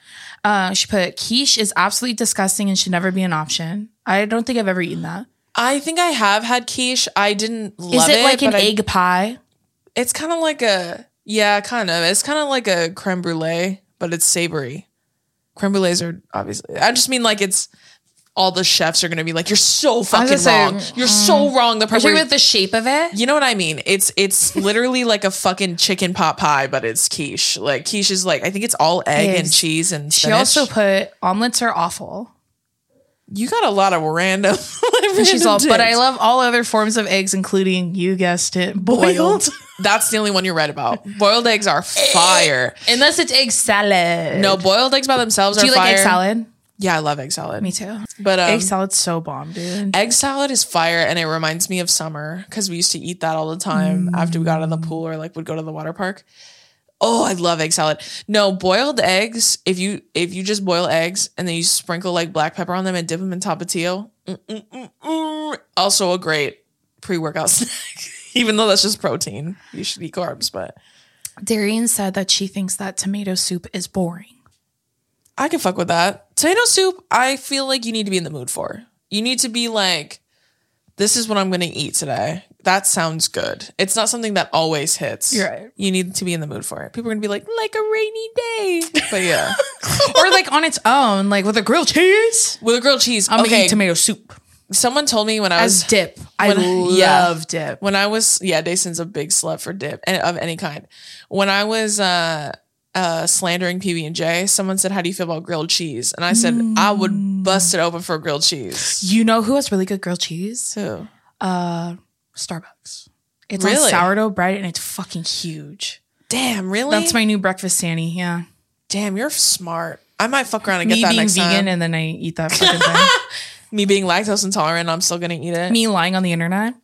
[SPEAKER 1] Uh, she put, quiche is absolutely disgusting and should never be an option. I don't think I've ever eaten that.
[SPEAKER 2] I think I have had quiche. I didn't
[SPEAKER 1] Is
[SPEAKER 2] love
[SPEAKER 1] it, like an
[SPEAKER 2] but I-
[SPEAKER 1] egg pie?
[SPEAKER 2] It's kind of like a yeah, kind of. It's kind of like a creme brulee, but it's savory. Creme brulees are obviously. I just mean like it's all the chefs are gonna be like, you're so fucking
[SPEAKER 1] gonna say, mm.
[SPEAKER 2] wrong. You're so wrong. The person.
[SPEAKER 1] the shape of it?
[SPEAKER 2] You know what I mean? It's it's literally like a fucking chicken pot pie, but it's quiche. Like quiche is like I think it's all egg and
[SPEAKER 1] Eggs.
[SPEAKER 2] cheese and
[SPEAKER 1] She
[SPEAKER 2] spinach.
[SPEAKER 1] also put, omelets are awful.
[SPEAKER 2] you got a lot of random. random
[SPEAKER 1] And she's all, but I
[SPEAKER 2] dicks.
[SPEAKER 1] love all other forms of eggs, including, you guessed it, boiled.
[SPEAKER 2] That's the only one you're right about. Boiled eggs are fire.
[SPEAKER 1] Unless it's egg salad.
[SPEAKER 2] No, boiled eggs by themselves are
[SPEAKER 1] Do you like egg
[SPEAKER 2] fire.
[SPEAKER 1] salad?
[SPEAKER 2] Yeah, I love egg salad.
[SPEAKER 1] Me too.
[SPEAKER 2] But um,
[SPEAKER 1] egg salad's so bomb, dude.
[SPEAKER 2] Egg salad is fire and it reminds me of summer because we used to eat that all the time after we got in the pool or like would go to the water park. Oh, I love egg salad. No, boiled eggs, if you if you just boil eggs and then you sprinkle like black pepper on them and dip them in tapatio, mm, mm, mm, mm. also a great pre-workout snack. Even though that's just protein. You should eat carbs, but
[SPEAKER 1] Darian said that she thinks that tomato soup is boring.
[SPEAKER 2] I can fuck with that. Tomato soup, I feel like you need to be in the mood for. You need to be like, this is what I'm going to eat today. That sounds good. It's not something that always hits.
[SPEAKER 1] You're right.
[SPEAKER 2] You need to be in the mood for it. People are going to be like, like a rainy day. But yeah.
[SPEAKER 1] or like on its own, like with a grilled cheese.
[SPEAKER 2] With a grilled cheese.
[SPEAKER 1] I'm gonna
[SPEAKER 2] okay.
[SPEAKER 1] eat tomato soup
[SPEAKER 2] someone told me when I was
[SPEAKER 1] as dip. I
[SPEAKER 2] when-
[SPEAKER 1] love
[SPEAKER 2] yeah.
[SPEAKER 1] dip.
[SPEAKER 2] when I was yeah, Dayson's a big slut for dip and of any kind. When I was uh uh slandering PB and J, someone said, How do you feel about grilled cheese? And I said, I
[SPEAKER 1] Mm.
[SPEAKER 2] would bust it open for grilled cheese.
[SPEAKER 1] You know who has really good grilled cheese?
[SPEAKER 2] Too.
[SPEAKER 1] Starbucks. It's on
[SPEAKER 2] Really?
[SPEAKER 1] sourdough bread and it's fucking huge.
[SPEAKER 2] Damn, really?
[SPEAKER 1] That's my new breakfast Sandy. Yeah.
[SPEAKER 2] Damn, you're smart. I might fuck around and get
[SPEAKER 1] Me
[SPEAKER 2] that
[SPEAKER 1] being
[SPEAKER 2] next
[SPEAKER 1] vegan
[SPEAKER 2] time.
[SPEAKER 1] and then I eat that fucking thing.
[SPEAKER 2] Me being lactose intolerant, I'm still gonna eat it.
[SPEAKER 1] Me lying on the internet.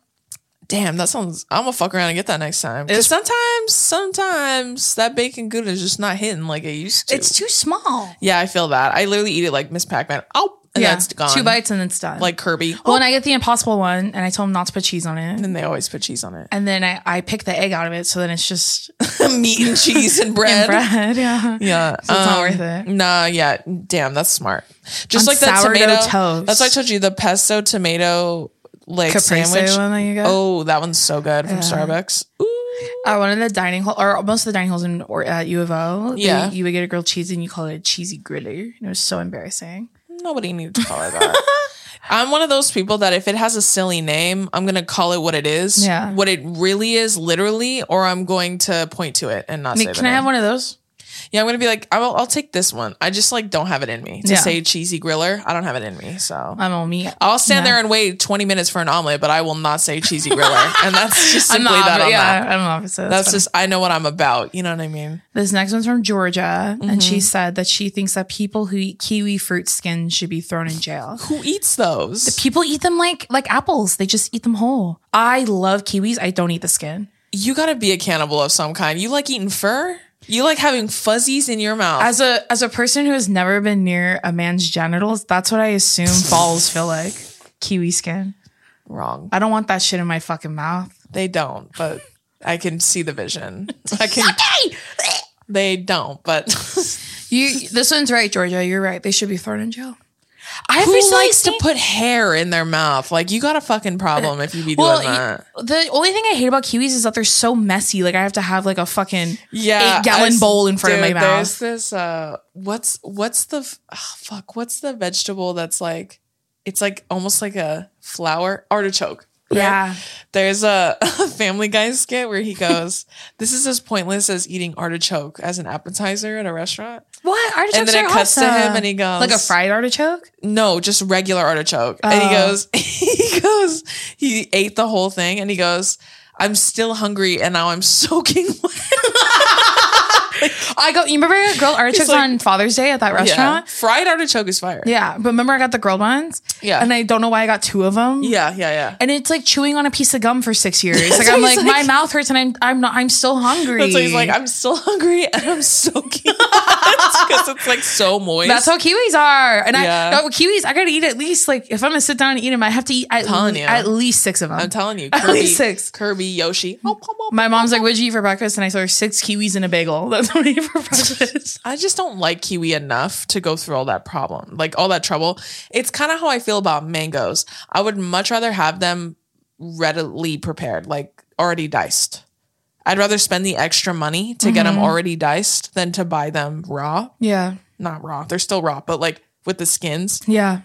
[SPEAKER 2] Damn, that sounds. I'm gonna fuck around and get that next time. 'Cause
[SPEAKER 1] It's-
[SPEAKER 2] sometimes, sometimes that bacon gouda is just not hitting like it used to.
[SPEAKER 1] It's too small.
[SPEAKER 2] yeah, I feel that. I literally eat it like Miss Pac Man. Oh, and
[SPEAKER 1] yeah,
[SPEAKER 2] that's gone.
[SPEAKER 1] two bites and it's oh. done.
[SPEAKER 2] like Kirby.
[SPEAKER 1] well, and I get the impossible one, and I told him not to put cheese on it,
[SPEAKER 2] and then they always put cheese on it.
[SPEAKER 1] and then I I pick the egg out of it, so then it's just
[SPEAKER 2] Meat and cheese and bread.
[SPEAKER 1] bread. Yeah.
[SPEAKER 2] Yeah, um,
[SPEAKER 1] So it's not worth it.
[SPEAKER 2] Nah, yeah, damn, that's smart. Just
[SPEAKER 1] On
[SPEAKER 2] like that
[SPEAKER 1] sourdough
[SPEAKER 2] tomato
[SPEAKER 1] toast.
[SPEAKER 2] That's why I told you the pesto tomato like
[SPEAKER 1] Caprese
[SPEAKER 2] sandwich.
[SPEAKER 1] one that you got?
[SPEAKER 2] Oh, that one's so good from Starbucks. Ooh,
[SPEAKER 1] Uh, one of the dining hall, or most of the dining halls in or at U of O, they-
[SPEAKER 2] Yeah.
[SPEAKER 1] you would get a grilled cheese and you call it a cheesy griller. And it was so embarrassing.
[SPEAKER 2] nobody needed to call it that. I'm one of those people that if it has a silly name, I'm gonna call it what it is.
[SPEAKER 1] Yeah.
[SPEAKER 2] What it really is, literally, or I'm going to point to it and not say.
[SPEAKER 1] Nick,
[SPEAKER 2] the
[SPEAKER 1] can I
[SPEAKER 2] name.
[SPEAKER 1] have one of those?
[SPEAKER 2] Yeah, I'm gonna be like, I'll, I'll take this one. I just like don't have it in me to
[SPEAKER 1] Yeah.
[SPEAKER 2] say cheesy griller. I don't have it in me, so
[SPEAKER 1] I'm all meat.
[SPEAKER 2] I'll stand
[SPEAKER 1] Yeah.
[SPEAKER 2] there and wait 20 minutes for an omelet, but I will not say cheesy griller. and that's just
[SPEAKER 1] I'm
[SPEAKER 2] simply
[SPEAKER 1] the
[SPEAKER 2] that
[SPEAKER 1] opposite.
[SPEAKER 2] on
[SPEAKER 1] Yeah,
[SPEAKER 2] that.
[SPEAKER 1] I'm the opposite.
[SPEAKER 2] That's
[SPEAKER 1] That's
[SPEAKER 2] just, I know what I'm about. You know what I mean?
[SPEAKER 1] This next one's from Georgia, and
[SPEAKER 2] Mm-hmm.
[SPEAKER 1] she said that she thinks that people who eat kiwi fruit skin should be thrown in jail.
[SPEAKER 2] Who eats those?
[SPEAKER 1] People eat them like like apples; they just eat them whole. I love kiwis. I don't eat the skin.
[SPEAKER 2] you gotta be a cannibal of some kind. You like eating fur? You like having fuzzies in your mouth.
[SPEAKER 1] As a as a person who has never been near a man's genitals, that's what I assume balls feel like. Kiwi skin.
[SPEAKER 2] Wrong.
[SPEAKER 1] I don't want that shit in my fucking mouth.
[SPEAKER 2] They don't, but I can see the vision. I can, they don't, but
[SPEAKER 1] You. This one's right, Georgia. You're right. They should be thrown in jail. I've
[SPEAKER 2] who
[SPEAKER 1] recently
[SPEAKER 2] likes
[SPEAKER 1] seen-
[SPEAKER 2] to put hair in their mouth? Like, you got a fucking problem if you be doing
[SPEAKER 1] Well,
[SPEAKER 2] that.
[SPEAKER 1] y- the only thing I hate about kiwis is that they're so messy. Like I have to have like a fucking
[SPEAKER 2] yeah,
[SPEAKER 1] eight gallon
[SPEAKER 2] I s-
[SPEAKER 1] bowl in front of
[SPEAKER 2] dude,
[SPEAKER 1] my mouth.
[SPEAKER 2] There's this uh, what's what's the f- ah, fuck? What's the vegetable that's like? It's like almost like a flower artichoke. right?
[SPEAKER 1] Yeah,
[SPEAKER 2] There's a, a Family Guy skit where he goes, "This is as pointless as eating artichoke as an appetizer at a restaurant."
[SPEAKER 1] what artichokes
[SPEAKER 2] And then it
[SPEAKER 1] are
[SPEAKER 2] cuts to him
[SPEAKER 1] awesome.
[SPEAKER 2] and he goes-
[SPEAKER 1] like a fried artichoke.
[SPEAKER 2] No, just regular artichoke. And he
[SPEAKER 1] Oh.
[SPEAKER 2] goes, he goes, he ate the whole thing, and he goes. I'm still hungry and now I'm soaking wet.
[SPEAKER 1] I go. You remember I got grilled artichokes
[SPEAKER 2] like-
[SPEAKER 1] on Father's Day at that
[SPEAKER 2] Yeah.
[SPEAKER 1] restaurant?
[SPEAKER 2] Fried artichoke is fire.
[SPEAKER 1] Yeah. but remember I got the grilled ones.
[SPEAKER 2] Yeah.
[SPEAKER 1] and I don't know why I got two of them.
[SPEAKER 2] Yeah, yeah, yeah.
[SPEAKER 1] And it's like chewing on a piece of gum for six years. Like
[SPEAKER 2] That's
[SPEAKER 1] I'm
[SPEAKER 2] what he's
[SPEAKER 1] like, my
[SPEAKER 2] like-
[SPEAKER 1] mouth hurts and I'm I'm not I'm still hungry.
[SPEAKER 2] That's why he's like, I'm still hungry and I'm soaking because it's like so moist.
[SPEAKER 1] That's how kiwis are. And
[SPEAKER 2] Yeah.
[SPEAKER 1] I no, kiwis, I gotta eat at least like if I'm gonna sit down and eat them, I have to eat at,
[SPEAKER 2] telling you.
[SPEAKER 1] at least six of them.
[SPEAKER 2] I'm telling you,
[SPEAKER 1] At
[SPEAKER 2] Kirby,
[SPEAKER 1] least six.
[SPEAKER 2] Kirby Yoshi. Oh, pop, pop.
[SPEAKER 1] My mom's like, "What'd you eat for breakfast?" And I told her six kiwis and a bagel. That's what I eat for breakfast.
[SPEAKER 2] I just don't like kiwi enough to go through all that problem, like all that trouble. It's kind of how I feel about mangoes. I would much rather have them readily prepared, like already diced. I'd rather spend the extra money to get them already diced than to buy them raw.
[SPEAKER 1] yeah,
[SPEAKER 2] Not raw, they're still raw, but like with the skins.
[SPEAKER 1] yeah.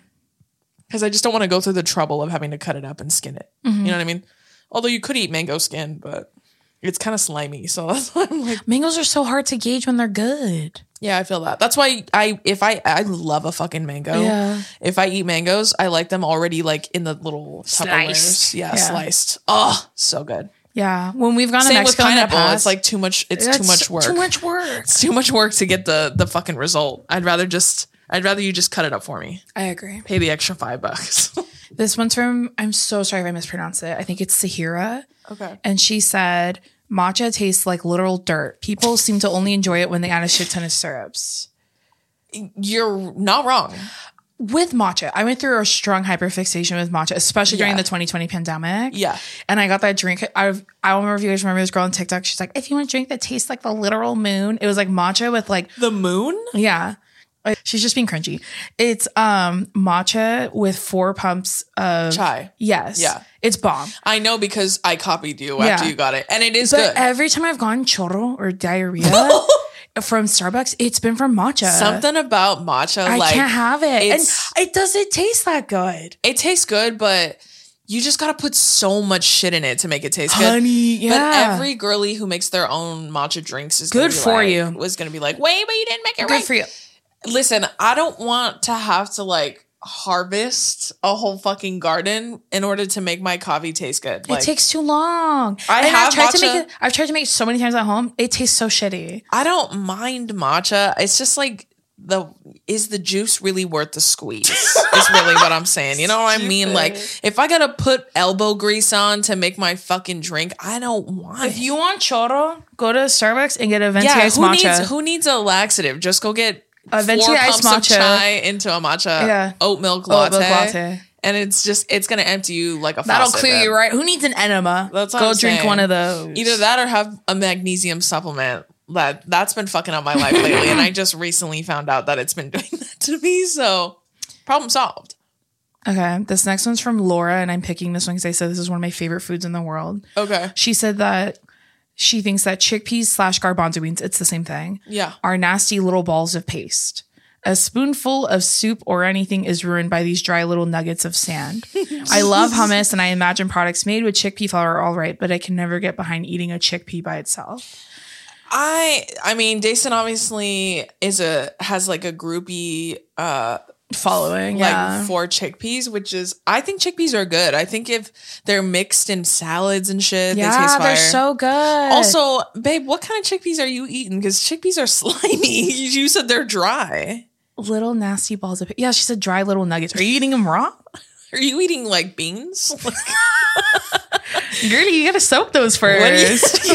[SPEAKER 2] because I just don't want to go through the trouble of having to cut it up and skin it. You know what I mean? Although you could eat mango skin, but it's kind of slimy. So that's why I'm like,
[SPEAKER 1] Mangoes are so hard to gauge when they're good.
[SPEAKER 2] yeah, I feel that. That's why I, if I, I love a fucking mango.
[SPEAKER 1] Yeah.
[SPEAKER 2] If I eat mangoes, I like them already like in the little
[SPEAKER 1] Sliced.
[SPEAKER 2] Tupperwares. Yeah,
[SPEAKER 1] Yeah.
[SPEAKER 2] sliced. Oh, so good.
[SPEAKER 1] Yeah, when we've gone to
[SPEAKER 2] Same with
[SPEAKER 1] Mexico in the
[SPEAKER 2] pineapple. It's
[SPEAKER 1] past,
[SPEAKER 2] like too much. It's too
[SPEAKER 1] that's
[SPEAKER 2] much work.
[SPEAKER 1] Too much work.
[SPEAKER 2] It's too much work to get the the fucking result. I'd rather just. I'd rather you just cut it up for me.
[SPEAKER 1] I agree.
[SPEAKER 2] Pay the extra five bucks.
[SPEAKER 1] This one's from. I'm so sorry if I mispronounce it. I think it's Sahira.
[SPEAKER 2] okay.
[SPEAKER 1] and she said matcha tastes like literal dirt. People seem to only enjoy it when they add a shit ton of syrups.
[SPEAKER 2] You're not wrong.
[SPEAKER 1] With matcha, I went through a strong hyperfixation with matcha, especially during
[SPEAKER 2] Yeah.
[SPEAKER 1] the 2020 pandemic.
[SPEAKER 2] Yeah.
[SPEAKER 1] And I got that drink. I I don't remember if you guys remember this girl on TikTok. She's like, if you want a drink that tastes like the literal moon, it was like matcha with like
[SPEAKER 2] The moon.
[SPEAKER 1] yeah. Like, She's just being cringy. It's um matcha with four pumps of
[SPEAKER 2] Chai.
[SPEAKER 1] Yes.
[SPEAKER 2] Yeah.
[SPEAKER 1] It's bomb.
[SPEAKER 2] I know because I copied you after
[SPEAKER 1] Yeah.
[SPEAKER 2] you got it, and it is
[SPEAKER 1] But uh,
[SPEAKER 2] good.
[SPEAKER 1] every time I've gone chorro or diarrhea from Starbucks, it's been from matcha.
[SPEAKER 2] Something about matcha,
[SPEAKER 1] I
[SPEAKER 2] like
[SPEAKER 1] can't have it. And
[SPEAKER 2] it's-
[SPEAKER 1] it doesn't taste that good.
[SPEAKER 2] it tastes good, but you just gotta put so much shit in it to make it taste good.
[SPEAKER 1] Honey,
[SPEAKER 2] But
[SPEAKER 1] yeah.
[SPEAKER 2] every girly who makes their own matcha drinks is
[SPEAKER 1] Good
[SPEAKER 2] gonna be
[SPEAKER 1] for
[SPEAKER 2] like-
[SPEAKER 1] you.
[SPEAKER 2] Was gonna be like, wait, but you didn't make it
[SPEAKER 1] Good
[SPEAKER 2] right.
[SPEAKER 1] for you.
[SPEAKER 2] Listen, I don't want to have to like harvest a whole fucking garden in order to make my coffee taste good. Like,
[SPEAKER 1] it takes too long.
[SPEAKER 2] I
[SPEAKER 1] I've
[SPEAKER 2] have
[SPEAKER 1] tried to
[SPEAKER 2] matcha.
[SPEAKER 1] make it I've tried to make it so many times at home. It tastes so shitty.
[SPEAKER 2] I don't mind matcha. It's just like the is the juice really worth the squeeze? is really what I'm saying. You know what I mean? Like if I gotta put elbow grease on to make my fucking drink, I don't want
[SPEAKER 1] If
[SPEAKER 2] it.
[SPEAKER 1] you want choro, go to Starbucks and get a venti
[SPEAKER 2] Yeah,
[SPEAKER 1] iced
[SPEAKER 2] who
[SPEAKER 1] matcha.
[SPEAKER 2] needs who needs a laxative? Just go get
[SPEAKER 1] uh,
[SPEAKER 2] four
[SPEAKER 1] venti iced
[SPEAKER 2] pumps
[SPEAKER 1] matcha.
[SPEAKER 2] of chai into a matcha
[SPEAKER 1] Yeah.
[SPEAKER 2] oat milk
[SPEAKER 1] Oat
[SPEAKER 2] latte.
[SPEAKER 1] milk latte.
[SPEAKER 2] And it's just it's gonna empty you like a
[SPEAKER 1] That'll
[SPEAKER 2] faucet
[SPEAKER 1] clear
[SPEAKER 2] then.
[SPEAKER 1] you, right? Who needs an enema?
[SPEAKER 2] That's what
[SPEAKER 1] Go
[SPEAKER 2] I'm
[SPEAKER 1] drink
[SPEAKER 2] saying.
[SPEAKER 1] one of those.
[SPEAKER 2] Either that or have a magnesium supplement. That that's been fucking up my life lately. and I just recently found out that it's been doing that to me. So problem solved.
[SPEAKER 1] Okay, this next one's from Laura, and I'm picking this one because I said this is one of my favorite foods in the world.
[SPEAKER 2] Okay.
[SPEAKER 1] She said that she thinks that chickpeas slash garbanzo beans, it's the same thing,
[SPEAKER 2] Yeah.
[SPEAKER 1] are nasty little balls of paste. A spoonful of soup or anything is ruined by these dry little nuggets of sand. I love hummus and I imagine products made with chickpea flour are all right, but I can never get behind eating a chickpea by itself.
[SPEAKER 2] I I mean, Jason obviously is a has like a groupie uh
[SPEAKER 1] Following, yeah.
[SPEAKER 2] like for chickpeas, which is I think chickpeas are good. I think if they're mixed in salads and shit, they
[SPEAKER 1] yeah,
[SPEAKER 2] taste fire.
[SPEAKER 1] they're so good.
[SPEAKER 2] also, babe, what kind of chickpeas are you eating? Because chickpeas are slimy. You said they're dry.
[SPEAKER 1] little nasty balls of yeah. She said dry little nuggets. Are you eating them raw?
[SPEAKER 2] Are you eating like beans? Like,
[SPEAKER 1] Girlie, you gotta soak those first.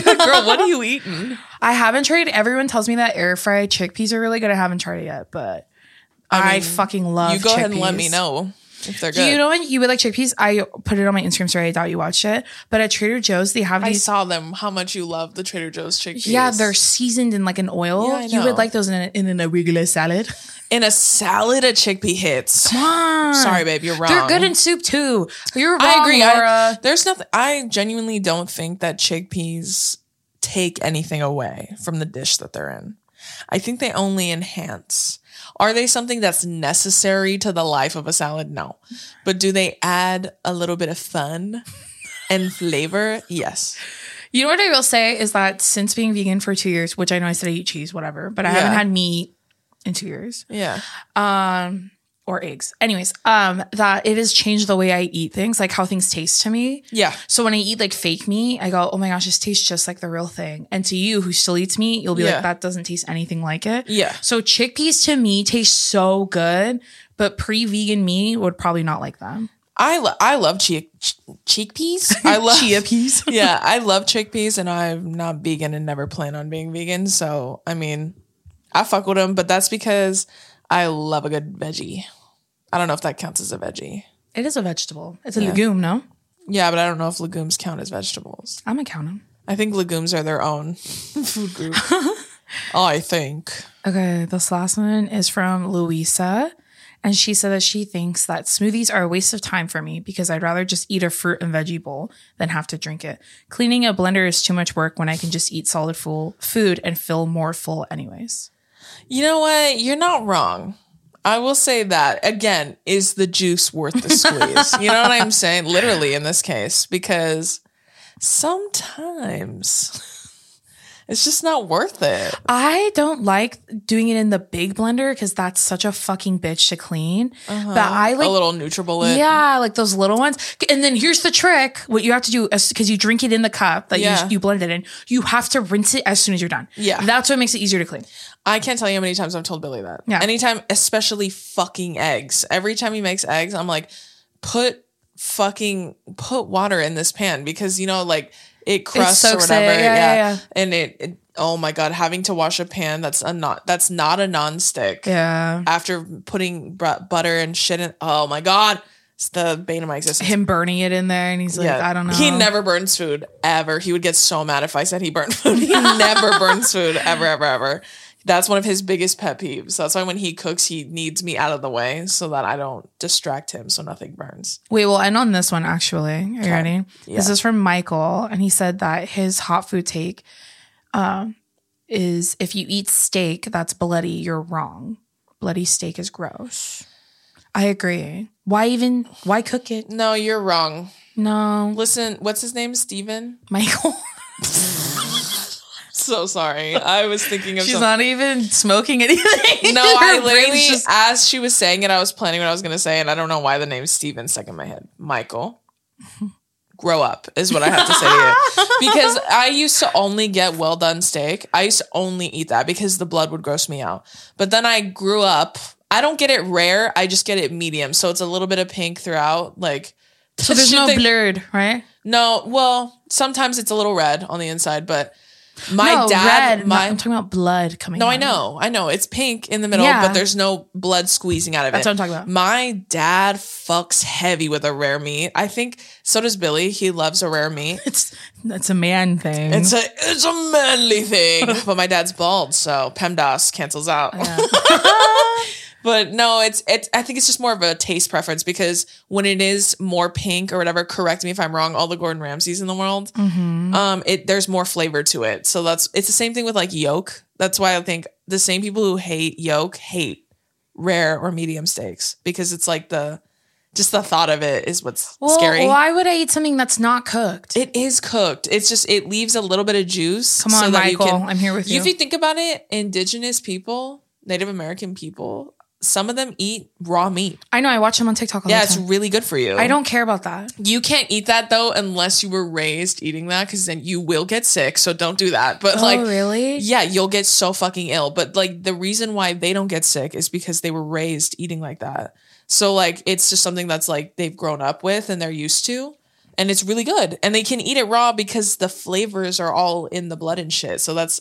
[SPEAKER 2] what are you- girl, what are you eating?
[SPEAKER 1] I haven't tried. Everyone tells me that air fried chickpeas are really good. I haven't tried it yet, but I,
[SPEAKER 2] mean,
[SPEAKER 1] fucking love.
[SPEAKER 2] You go ahead and let me
[SPEAKER 1] chickpeas.
[SPEAKER 2] know if they're
[SPEAKER 1] Do
[SPEAKER 2] good.
[SPEAKER 1] you know when you would like chickpeas? I put it on my Instagram story. I doubt you watched it, but at Trader Joe's they have
[SPEAKER 2] I
[SPEAKER 1] these.
[SPEAKER 2] saw them. How much you love the Trader Joe's chickpeas?
[SPEAKER 1] yeah, they're seasoned in like an oil.
[SPEAKER 2] Yeah, I
[SPEAKER 1] you
[SPEAKER 2] know.
[SPEAKER 1] would like those in, a, in an arugula salad.
[SPEAKER 2] in a salad. A chickpea hits. Sorry, babe, you're wrong.
[SPEAKER 1] They're good in soup too. You're wrong,
[SPEAKER 2] I agree. I-
[SPEAKER 1] Laura.
[SPEAKER 2] there's nothing. I genuinely don't think that chickpeas take anything away from the dish that they're in. I think they only enhance. Are they something that's necessary to the life of a salad? No. But do they add a little bit of fun and flavor? Yes.
[SPEAKER 1] You know what I will say is that since being vegan for two years, which I know I said I eat cheese, whatever, but I
[SPEAKER 2] Yeah.
[SPEAKER 1] haven't had meat in two years
[SPEAKER 2] Yeah.
[SPEAKER 1] um, or eggs. Anyways, um, that it has changed the way I eat things, like how things taste to me.
[SPEAKER 2] Yeah.
[SPEAKER 1] So when I eat like fake meat, I go, oh my gosh, this tastes just like the real thing. And to you who still eats meat, you'll be
[SPEAKER 2] Yeah.
[SPEAKER 1] like, that doesn't taste anything like it.
[SPEAKER 2] Yeah.
[SPEAKER 1] So chickpeas to me taste so good, but pre-vegan me would probably not like them.
[SPEAKER 2] I lo- I love chia- ch- chickpeas. I love
[SPEAKER 1] chia peas.
[SPEAKER 2] yeah, I love chickpeas, and I'm not vegan and never plan on being vegan. So I mean, I fuck with them, but that's because I love a good veggie. I don't know if that counts as a veggie.
[SPEAKER 1] It is a vegetable. It's a legume, no?
[SPEAKER 2] Yeah, but I don't know if legumes count as vegetables.
[SPEAKER 1] I'm gonna count them.
[SPEAKER 2] I think legumes are their own food group. I think.
[SPEAKER 1] Okay, this last one is from Louisa. And she said that she thinks that smoothies are a waste of time for me because I'd rather just eat a fruit and veggie bowl than have to drink it. Cleaning a blender is too much work when I can just eat solid full food and feel more full, anyways.
[SPEAKER 2] You know what? You're not wrong. I will say that again, is the juice worth the squeeze? you know what I'm saying? Literally in this case, because sometimes it's just not worth it.
[SPEAKER 1] I don't like doing it in the big blender because that's such a fucking bitch to clean. But I like
[SPEAKER 2] a little NutriBullet.
[SPEAKER 1] Yeah, like those little ones. And then here's the trick: what you have to do, because you drink it in the cup that
[SPEAKER 2] Yeah.
[SPEAKER 1] you, you blend it in, you have to rinse it as soon as you're done.
[SPEAKER 2] Yeah.
[SPEAKER 1] that's what makes it easier to clean.
[SPEAKER 2] I can't tell you how many times I've told Billy that.
[SPEAKER 1] Yeah.
[SPEAKER 2] Anytime, especially fucking eggs. Every time he makes eggs, I'm like, put fucking put water in this pan because you know, like it crusts or
[SPEAKER 1] soaks it.
[SPEAKER 2] whatever.
[SPEAKER 1] Yeah, yeah, yeah.
[SPEAKER 2] And it, it oh my god, having to wash a pan that's a not that's not a nonstick.
[SPEAKER 1] Yeah,
[SPEAKER 2] After putting br- butter and shit in, oh my god, it's the bane of my existence.
[SPEAKER 1] him burning it in there, and he's like, I don't know.
[SPEAKER 2] He never burns food ever. He would get so mad if I said he burned food. He never burns food ever, ever, ever. That's one of his biggest pet peeves. That's why when he cooks, he needs me out of the way so that I don't distract him so nothing burns.
[SPEAKER 1] Wait, we'll end on this one actually. Are you ready? This
[SPEAKER 2] Yeah.
[SPEAKER 1] is from Michael, and he said that his hot food take um, is if you eat steak that's bloody, you're wrong. Bloody steak is gross. I agree. Why even? Why cook it?
[SPEAKER 2] No, you're wrong.
[SPEAKER 1] No,
[SPEAKER 2] Listen, what's his name? Steven?
[SPEAKER 1] Michael.
[SPEAKER 2] So sorry. I was thinking of
[SPEAKER 1] She's
[SPEAKER 2] something.
[SPEAKER 1] not even smoking anything.
[SPEAKER 2] No,
[SPEAKER 1] Her
[SPEAKER 2] I
[SPEAKER 1] brain's
[SPEAKER 2] literally,
[SPEAKER 1] just-
[SPEAKER 2] as she was saying it, I was planning what I was going to say, and I don't know why the name Steven stuck in my head. Michael, grow up is what I have to say to you. Because I used to only get well done steak. I used to only eat that because the blood would gross me out. But then I grew up. I don't get it rare. I just get it medium. So it's a little bit of pink throughout. Like,
[SPEAKER 1] so there's no
[SPEAKER 2] they-
[SPEAKER 1] blurred, right?
[SPEAKER 2] no, well, sometimes it's a little red on the inside, but My
[SPEAKER 1] No,
[SPEAKER 2] dad,
[SPEAKER 1] red,
[SPEAKER 2] my
[SPEAKER 1] not- I'm talking about blood coming.
[SPEAKER 2] no,
[SPEAKER 1] out.
[SPEAKER 2] I know, I know. It's pink in the middle,
[SPEAKER 1] Yeah.
[SPEAKER 2] but there's no blood squeezing out of
[SPEAKER 1] That's
[SPEAKER 2] it.
[SPEAKER 1] what I'm talking about.
[SPEAKER 2] My dad fucks heavy with a rare meat. I think so does Billy. He loves a rare meat.
[SPEAKER 1] It's that's a man thing.
[SPEAKER 2] It's a it's a manly thing. but my dad's bald, so PEMDAS cancels out. but no, it's it's I think it's just more of a taste preference because when it is more pink or whatever, correct me if I'm wrong, all the Gordon Ramsays in the world,
[SPEAKER 1] Mm-hmm.
[SPEAKER 2] um, it there's more flavor to it. So that's it's the same thing with like yolk. That's why I think the same people who hate yolk hate rare or medium steaks because it's like the just the thought of it is what's
[SPEAKER 1] well,
[SPEAKER 2] scary.
[SPEAKER 1] Why would I eat something that's not cooked?
[SPEAKER 2] It is cooked. It's just it leaves a little bit of juice.
[SPEAKER 1] Come on,
[SPEAKER 2] that you
[SPEAKER 1] Michael.
[SPEAKER 2] can-
[SPEAKER 1] I'm here with you.
[SPEAKER 2] If you think about it, indigenous people, Native American people, some of them eat raw meat.
[SPEAKER 1] I know. I watch him on TikTok. All
[SPEAKER 2] Yeah,
[SPEAKER 1] yeah, the
[SPEAKER 2] it's
[SPEAKER 1] time.
[SPEAKER 2] really good for you.
[SPEAKER 1] Oh, I don't care about that.
[SPEAKER 2] You can't eat that though unless you were raised eating that because then you will get sick. So don't do that. But like,
[SPEAKER 1] oh, really?
[SPEAKER 2] yeah, you'll get so fucking ill. But like, the reason why they don't get sick is because they were raised eating like that. So like, it's just something that's like they've grown up with and they're used to. And it's really good. And they can eat it raw because the flavors are all in the blood and shit. So that's,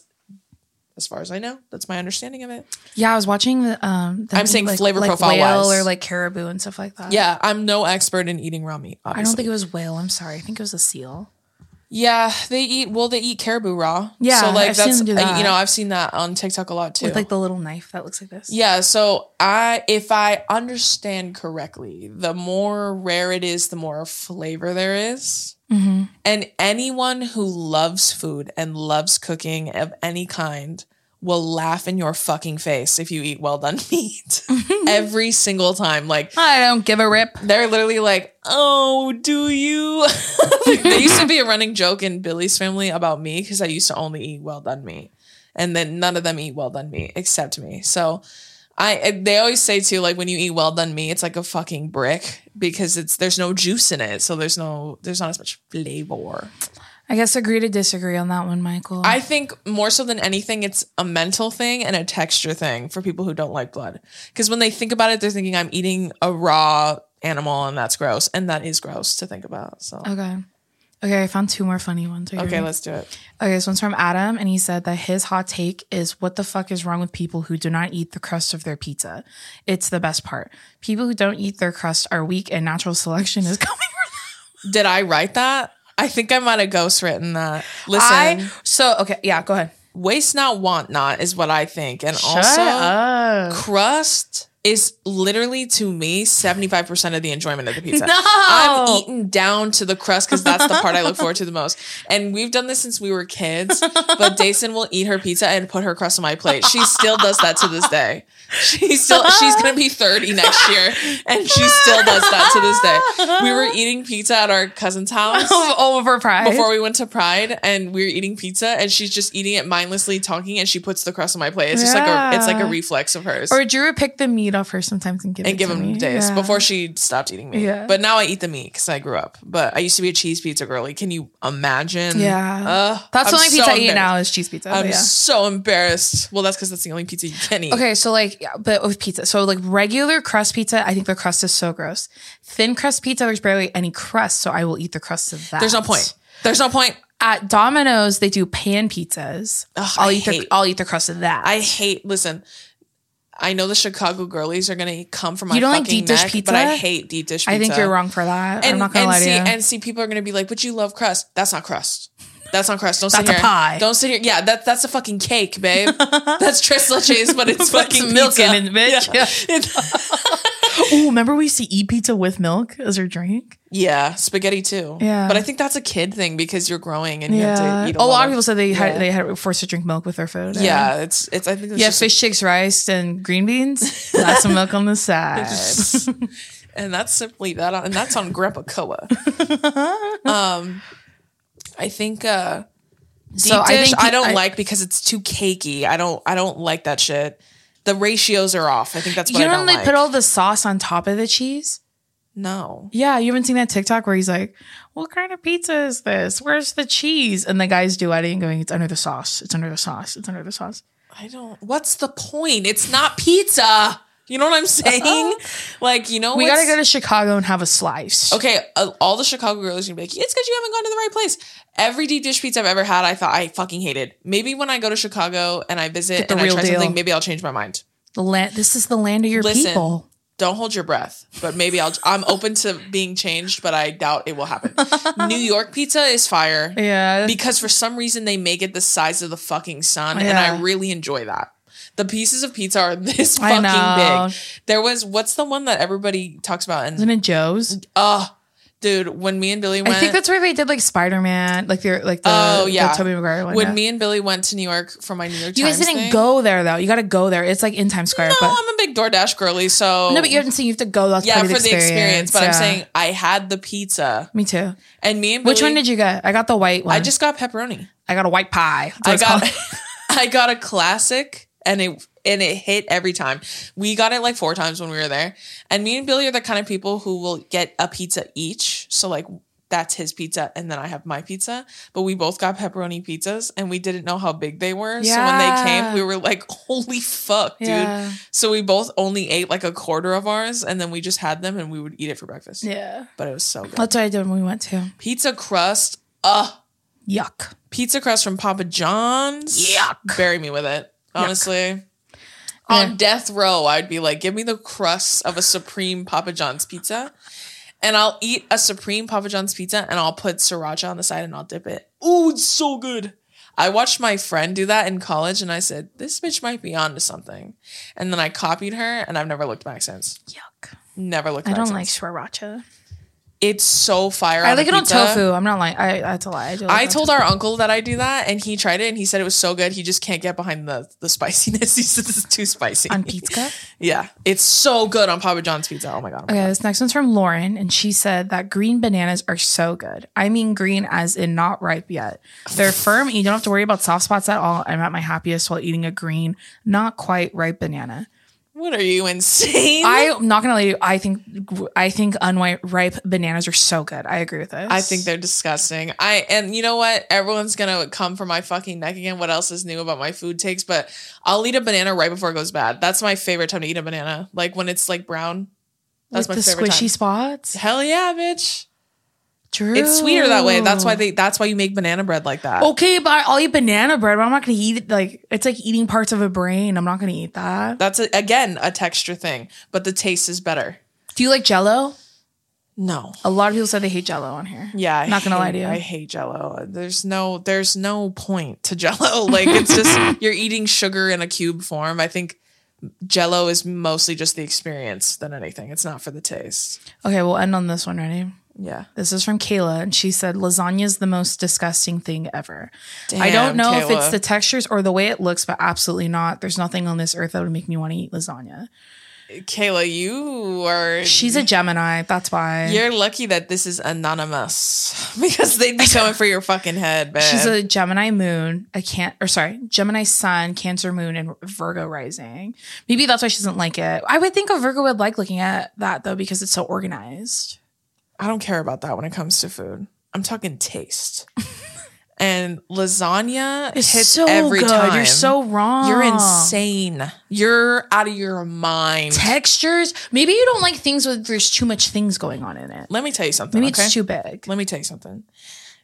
[SPEAKER 2] as far as I know, that's my understanding of it.
[SPEAKER 1] Yeah, I was watching the. Um, them
[SPEAKER 2] I'm saying
[SPEAKER 1] eat, like,
[SPEAKER 2] flavor
[SPEAKER 1] like
[SPEAKER 2] profile
[SPEAKER 1] whale
[SPEAKER 2] wise.
[SPEAKER 1] or like caribou and stuff like that.
[SPEAKER 2] Yeah, I'm no expert in eating raw meat.
[SPEAKER 1] I
[SPEAKER 2] Obviously.
[SPEAKER 1] don't think it was whale. I'm sorry. I think it was a seal.
[SPEAKER 2] Yeah, they eat. Well, they eat caribou raw.
[SPEAKER 1] Yeah,
[SPEAKER 2] so like
[SPEAKER 1] I've seen
[SPEAKER 2] that's
[SPEAKER 1] them do
[SPEAKER 2] uh, you
[SPEAKER 1] that.
[SPEAKER 2] know I've seen that on TikTok a lot too.
[SPEAKER 1] With like the little knife that looks like this.
[SPEAKER 2] yeah, so I if I understand correctly, the more rare it is, the more flavor there is.
[SPEAKER 1] Mhm.
[SPEAKER 2] And anyone who loves food and loves cooking of any kind will laugh in your fucking face if you eat well done meat every single time. Like
[SPEAKER 1] I don't give a rip.
[SPEAKER 2] they're literally like, "Oh, do you?" there used to be a running joke in Billy's family about me because I used to only eat well done meat, and then none of them eat well done meat except me. So, I and they always say too, like when you eat well done meat, it's like a fucking brick because it's there's no juice in it, so there's no there's not as much flavor.
[SPEAKER 1] I guess agree to disagree on that one, Michael.
[SPEAKER 2] I think more so than anything, it's a mental thing and a texture thing for people who don't like blood. Because when they think about it, they're thinking I'm eating a raw animal and that's gross. And that is gross to think about. So,
[SPEAKER 1] okay. Okay, I found two more funny ones. Are you
[SPEAKER 2] okay,
[SPEAKER 1] ready?
[SPEAKER 2] let's do it.
[SPEAKER 1] Okay, this one's from Adam, and he said that his hot take is what the fuck is wrong with people who do not eat the crust of their pizza? It's the best part. People who don't eat their crust are weak, and natural selection is coming.
[SPEAKER 2] Did I write that? I think I might have ghostwritten that. Listen,
[SPEAKER 1] I so okay, yeah, go ahead.
[SPEAKER 2] waste not, want not is what I think. And
[SPEAKER 1] Shut
[SPEAKER 2] also,
[SPEAKER 1] up.
[SPEAKER 2] crust is literally to me 75% of the enjoyment of the pizza.
[SPEAKER 1] No.
[SPEAKER 2] I'm eaten down to the crust because that's the part I look forward to the most. And we've done this since we were kids, but Dayson will eat her pizza and put her crust on my plate. She still does that to this day. She still she's gonna be 30 next year, and she still does that to this day. We were eating pizza at our cousin's house
[SPEAKER 1] Overpriced.
[SPEAKER 2] before we went to Pride, and we were eating pizza, and she's just eating it mindlessly, talking, and she puts the crust on my plate. It's just like a it's like a
[SPEAKER 1] Yeah.
[SPEAKER 2] reflex of hers
[SPEAKER 1] or Drew would pick the meat off her sometimes and give
[SPEAKER 2] and
[SPEAKER 1] it
[SPEAKER 2] give
[SPEAKER 1] to
[SPEAKER 2] them
[SPEAKER 1] me.
[SPEAKER 2] days
[SPEAKER 1] Yeah.
[SPEAKER 2] before she stopped eating meat.
[SPEAKER 1] Yeah.
[SPEAKER 2] But now I eat the meat because I grew up. But I used to be a cheese pizza girlie. Can you imagine?
[SPEAKER 1] Yeah.
[SPEAKER 2] Ugh,
[SPEAKER 1] That's the
[SPEAKER 2] Uh, I'm
[SPEAKER 1] only pizza
[SPEAKER 2] so
[SPEAKER 1] I eat
[SPEAKER 2] embarrassed.
[SPEAKER 1] now is cheese pizza. but
[SPEAKER 2] I'm
[SPEAKER 1] yeah.
[SPEAKER 2] so embarrassed. Well, that's because that's the only pizza you can eat.
[SPEAKER 1] Okay, so like, yeah, but with pizza, so like regular crust pizza, I think the crust is so gross. Thin crust pizza, there's barely any crust, so I will eat the crust of that.
[SPEAKER 2] There's no point. There's no point.
[SPEAKER 1] At Domino's, they do pan pizzas.
[SPEAKER 2] Ugh,
[SPEAKER 1] I'll
[SPEAKER 2] I
[SPEAKER 1] eat the
[SPEAKER 2] hate-
[SPEAKER 1] I'll eat the crust of that.
[SPEAKER 2] I hate. Listen, I know the Chicago girlies are gonna come from my
[SPEAKER 1] You don't like
[SPEAKER 2] fucking
[SPEAKER 1] deep dish
[SPEAKER 2] neck,
[SPEAKER 1] pizza?
[SPEAKER 2] but I hate deep dish. pizza.
[SPEAKER 1] I think you're wrong for that.
[SPEAKER 2] And,
[SPEAKER 1] I'm not gonna
[SPEAKER 2] and
[SPEAKER 1] lie
[SPEAKER 2] see,
[SPEAKER 1] to you.
[SPEAKER 2] And see, people are gonna be like, "But you love crust? That's not crust. That's not crust. Don't sit
[SPEAKER 1] That's a
[SPEAKER 2] here.
[SPEAKER 1] pie.
[SPEAKER 2] Don't sit here. Yeah, that that's a fucking cake, babe. that's tres leches, but it's fucking
[SPEAKER 1] milk
[SPEAKER 2] pizza.
[SPEAKER 1] in it, bitch.
[SPEAKER 2] Yeah.
[SPEAKER 1] oh, remember we used to eat pizza with milk as our drink?
[SPEAKER 2] Yeah, spaghetti too.
[SPEAKER 1] Yeah.
[SPEAKER 2] but I think that's a kid thing because you're growing and you have
[SPEAKER 1] Yeah. Oh,
[SPEAKER 2] to eat.
[SPEAKER 1] A lot of people said they
[SPEAKER 2] Yeah.
[SPEAKER 1] had they had were forced to drink milk with their food.
[SPEAKER 2] Yeah, it's it's. I think it's
[SPEAKER 1] Yeah,
[SPEAKER 2] just-
[SPEAKER 1] fish sticks, rice, and green beans. Glass of milk on the side.
[SPEAKER 2] and that's simply that, on, and that's on Grandpa Koa. um, I think. uh Deep
[SPEAKER 1] So I
[SPEAKER 2] dish, I,
[SPEAKER 1] think
[SPEAKER 2] don't
[SPEAKER 1] I-
[SPEAKER 2] like because it's too cakey. I don't. I don't like that shit. The ratios are off. I think that's what
[SPEAKER 1] you
[SPEAKER 2] I
[SPEAKER 1] know
[SPEAKER 2] don't
[SPEAKER 1] when they
[SPEAKER 2] like.
[SPEAKER 1] put all the sauce on top of the cheese?
[SPEAKER 2] no.
[SPEAKER 1] Yeah, you haven't seen that TikTok where he's like, "What kind of pizza is this? Where's the cheese?" And the guy's duetting, going, "It's under the sauce. It's under the sauce. It's under the sauce."
[SPEAKER 2] I don't. What's the point? It's not pizza. You know what I'm saying? like, you know,
[SPEAKER 1] We
[SPEAKER 2] what's-
[SPEAKER 1] gotta go to Chicago and have a slice.
[SPEAKER 2] Okay, uh, all the Chicago girls are gonna be like, it's because you haven't gone to the right place. Every deep dish pizza I've ever had, I thought I fucking hated. Maybe when I go to Chicago and I visit
[SPEAKER 1] the
[SPEAKER 2] and I
[SPEAKER 1] real
[SPEAKER 2] try
[SPEAKER 1] deal.
[SPEAKER 2] something, maybe I'll change my mind.
[SPEAKER 1] The land. This is the land of your
[SPEAKER 2] Listen.
[SPEAKER 1] people.
[SPEAKER 2] Don't hold your breath, but maybe I'll. I'm open to being changed, but I doubt it will happen. New York pizza is fire
[SPEAKER 1] Yeah.
[SPEAKER 2] because for some reason they make it the size of the fucking sun, and
[SPEAKER 1] Yeah.
[SPEAKER 2] I really enjoy that. The pieces of pizza are this
[SPEAKER 1] I
[SPEAKER 2] fucking
[SPEAKER 1] know.
[SPEAKER 2] big. There was what's the one that everybody talks about and
[SPEAKER 1] Isn't it Joe's?
[SPEAKER 2] uh dude, when me and Billy went,
[SPEAKER 1] I think that's where they did like Spider Man, like the like the,
[SPEAKER 2] Oh, yeah.
[SPEAKER 1] the Tobey Maguire one.
[SPEAKER 2] when
[SPEAKER 1] yeah.
[SPEAKER 2] me and Billy went to New York for my New York
[SPEAKER 1] you guys
[SPEAKER 2] Times
[SPEAKER 1] didn't
[SPEAKER 2] thing-
[SPEAKER 1] go there though. You got to go there. It's like in Times Square,
[SPEAKER 2] No,
[SPEAKER 1] but
[SPEAKER 2] I'm a big DoorDash girly, so
[SPEAKER 1] no, but you haven't seen. You have to go. That's
[SPEAKER 2] yeah
[SPEAKER 1] part
[SPEAKER 2] for
[SPEAKER 1] of
[SPEAKER 2] the experience. But I'm
[SPEAKER 1] yeah.
[SPEAKER 2] saying I had the pizza,
[SPEAKER 1] me too.
[SPEAKER 2] and me and Billy,
[SPEAKER 1] Which one did you get? I got the white one.
[SPEAKER 2] I just got pepperoni.
[SPEAKER 1] I got a white pie.
[SPEAKER 2] I got I got a classic, and it and it hit every time. We got it like four times when we were there, and me and Billy are the kind of people who will get a pizza each. So like. That's his pizza, and then I have my pizza. But we both got pepperoni pizzas, and we didn't know how big they were. So when they
[SPEAKER 1] Yeah.
[SPEAKER 2] came, we were like, "Holy fuck, dude!"
[SPEAKER 1] yeah.
[SPEAKER 2] So we both only ate like a quarter of ours and then we just had them and we would eat it for breakfast.
[SPEAKER 1] Yeah.
[SPEAKER 2] But it was so good.
[SPEAKER 1] That's what I did when we went to.
[SPEAKER 2] Pizza crust. Uh
[SPEAKER 1] Yuck.
[SPEAKER 2] pizza crust from Papa John's.
[SPEAKER 1] Yuck.
[SPEAKER 2] Bury me with it. Honestly. On death row, I'd be like, give me the crust of a supreme Papa John's pizza. And I'll eat a supreme Papa John's pizza and I'll put sriracha on the side and I'll dip it. Ooh, it's so good. I watched my friend do that in college and I said, this bitch might be onto something. And then I copied her and I've never looked back since.
[SPEAKER 1] Yuck.
[SPEAKER 2] Never looked.
[SPEAKER 1] I
[SPEAKER 2] back
[SPEAKER 1] don't
[SPEAKER 2] since.
[SPEAKER 1] like sriracha.
[SPEAKER 2] It's so fire.
[SPEAKER 1] I
[SPEAKER 2] a
[SPEAKER 1] like it on
[SPEAKER 2] pizza.
[SPEAKER 1] tofu. I'm not like I. That's a lie. I, do like
[SPEAKER 2] I
[SPEAKER 1] it on
[SPEAKER 2] told our uncle that I do that, and he tried it, and he said it was so good. He just can't get behind the the spiciness. He said this is too spicy
[SPEAKER 1] tofu. on pizza.
[SPEAKER 2] Yeah, it's so good on Papa John's pizza. Oh my god.
[SPEAKER 1] Okay, this next one's from Lauren, and she said that green bananas are so good. I mean, green as in not ripe yet. They're firm, and you don't have to worry about soft spots at all. I'm at my happiest while eating a green, not quite ripe banana.
[SPEAKER 2] What are you insane?
[SPEAKER 1] I'm not gonna lie to you. I think I think unripe bananas are so good. I agree with this.
[SPEAKER 2] I think they're disgusting. I and you know what? Everyone's gonna come for my fucking neck again. What else is new about my food takes? But I'll eat a banana right before it goes bad. That's my favorite time to eat a banana. Like when it's like brown. That's
[SPEAKER 1] with
[SPEAKER 2] my
[SPEAKER 1] the
[SPEAKER 2] favorite
[SPEAKER 1] squishy
[SPEAKER 2] time.
[SPEAKER 1] spots.
[SPEAKER 2] Hell yeah, bitch.
[SPEAKER 1] True.
[SPEAKER 2] It's sweeter that way. That's why they. That's why you make banana bread like that.
[SPEAKER 1] Okay, but I'll eat banana bread, but I'm not gonna eat it. Like it's like eating parts of a brain. I'm not gonna eat that.
[SPEAKER 2] That's a, again a texture thing, but the taste is better.
[SPEAKER 1] Do you like Jello?
[SPEAKER 2] No.
[SPEAKER 1] A lot of people said they hate Jello on here.
[SPEAKER 2] Yeah, I
[SPEAKER 1] Not gonna lie
[SPEAKER 2] hate-
[SPEAKER 1] to you.
[SPEAKER 2] I hate Jello. There's no, there's no point to Jello. Like it's just you're eating sugar in a cube form. I think Jello is mostly just the experience than anything. It's not for the taste.
[SPEAKER 1] Okay, we'll end on this one. Ready?
[SPEAKER 2] Yeah,
[SPEAKER 1] This is from Kayla, and she said lasagna's the most disgusting thing ever. I
[SPEAKER 2] Damn,
[SPEAKER 1] don't know if it's
[SPEAKER 2] Kayla.
[SPEAKER 1] the textures or the way it looks, but absolutely not. There's nothing on this earth that would make me want to eat lasagna.
[SPEAKER 2] Kayla, you are.
[SPEAKER 1] She's a Gemini. That's why.
[SPEAKER 2] you're lucky that this is anonymous because they'd be coming for your fucking head, man.
[SPEAKER 1] She's a Gemini moon. I can't, or sorry, Gemini sun, Cancer moon, and Virgo rising. Maybe that's why she doesn't like it. I would think a Virgo would like looking at that though because it's so organized.
[SPEAKER 2] I don't care about that when it comes to food. I'm talking taste. and lasagna
[SPEAKER 1] It's
[SPEAKER 2] hits
[SPEAKER 1] so
[SPEAKER 2] every
[SPEAKER 1] good.
[SPEAKER 2] time.
[SPEAKER 1] You're so wrong.
[SPEAKER 2] You're insane. You're out of your mind.
[SPEAKER 1] Textures. Maybe you don't like things where there's too much things going on in it.
[SPEAKER 2] Let me tell you something.
[SPEAKER 1] Maybe
[SPEAKER 2] okay?
[SPEAKER 1] it's too big.
[SPEAKER 2] Let me tell you something.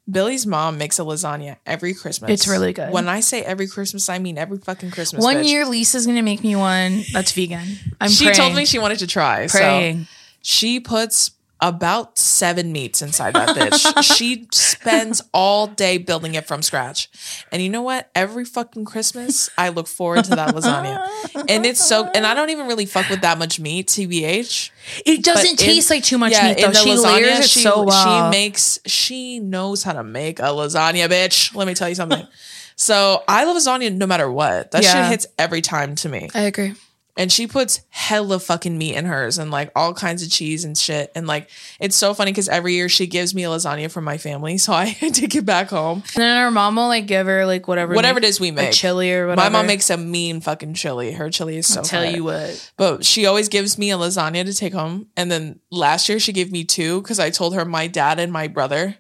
[SPEAKER 2] Billy's mom makes a lasagna every Christmas.
[SPEAKER 1] It's really good.
[SPEAKER 2] When I say every Christmas, I mean every fucking Christmas.
[SPEAKER 1] One
[SPEAKER 2] bitch.
[SPEAKER 1] year, Lisa's gonna make me one that's vegan. I'm
[SPEAKER 2] she
[SPEAKER 1] praying,
[SPEAKER 2] told me she wanted to try. So
[SPEAKER 1] praying.
[SPEAKER 2] She puts about seven meats inside that bitch. she spends all day building it from scratch. And you know what? Every fucking Christmas, I look forward to that lasagna. And it's so, and I don't even really fuck with that much meat, TBH.
[SPEAKER 1] it doesn't
[SPEAKER 2] But in-
[SPEAKER 1] taste like too much
[SPEAKER 2] yeah,
[SPEAKER 1] meat
[SPEAKER 2] in
[SPEAKER 1] though.
[SPEAKER 2] the
[SPEAKER 1] She layers it
[SPEAKER 2] she,
[SPEAKER 1] so well.
[SPEAKER 2] She makes, she knows how to make a lasagna, bitch. Let me tell you something. so I love lasagna no matter what. That
[SPEAKER 1] Yeah.
[SPEAKER 2] shit hits every time to me
[SPEAKER 1] I agree.
[SPEAKER 2] and she puts hella fucking meat in hers and like all kinds of cheese and shit. And like it's so funny because every year she gives me a lasagna from my family, so I take it back home.
[SPEAKER 1] And then her mom will like give her like whatever,
[SPEAKER 2] Whatever it is we
[SPEAKER 1] like
[SPEAKER 2] make,
[SPEAKER 1] chili or
[SPEAKER 2] my
[SPEAKER 1] whatever.
[SPEAKER 2] mom makes a mean fucking chili. Her chili is so.
[SPEAKER 1] Tell
[SPEAKER 2] fire.
[SPEAKER 1] you what,
[SPEAKER 2] But she always gives me a lasagna to take home. And then last year she gave me two because I told her my dad and my brother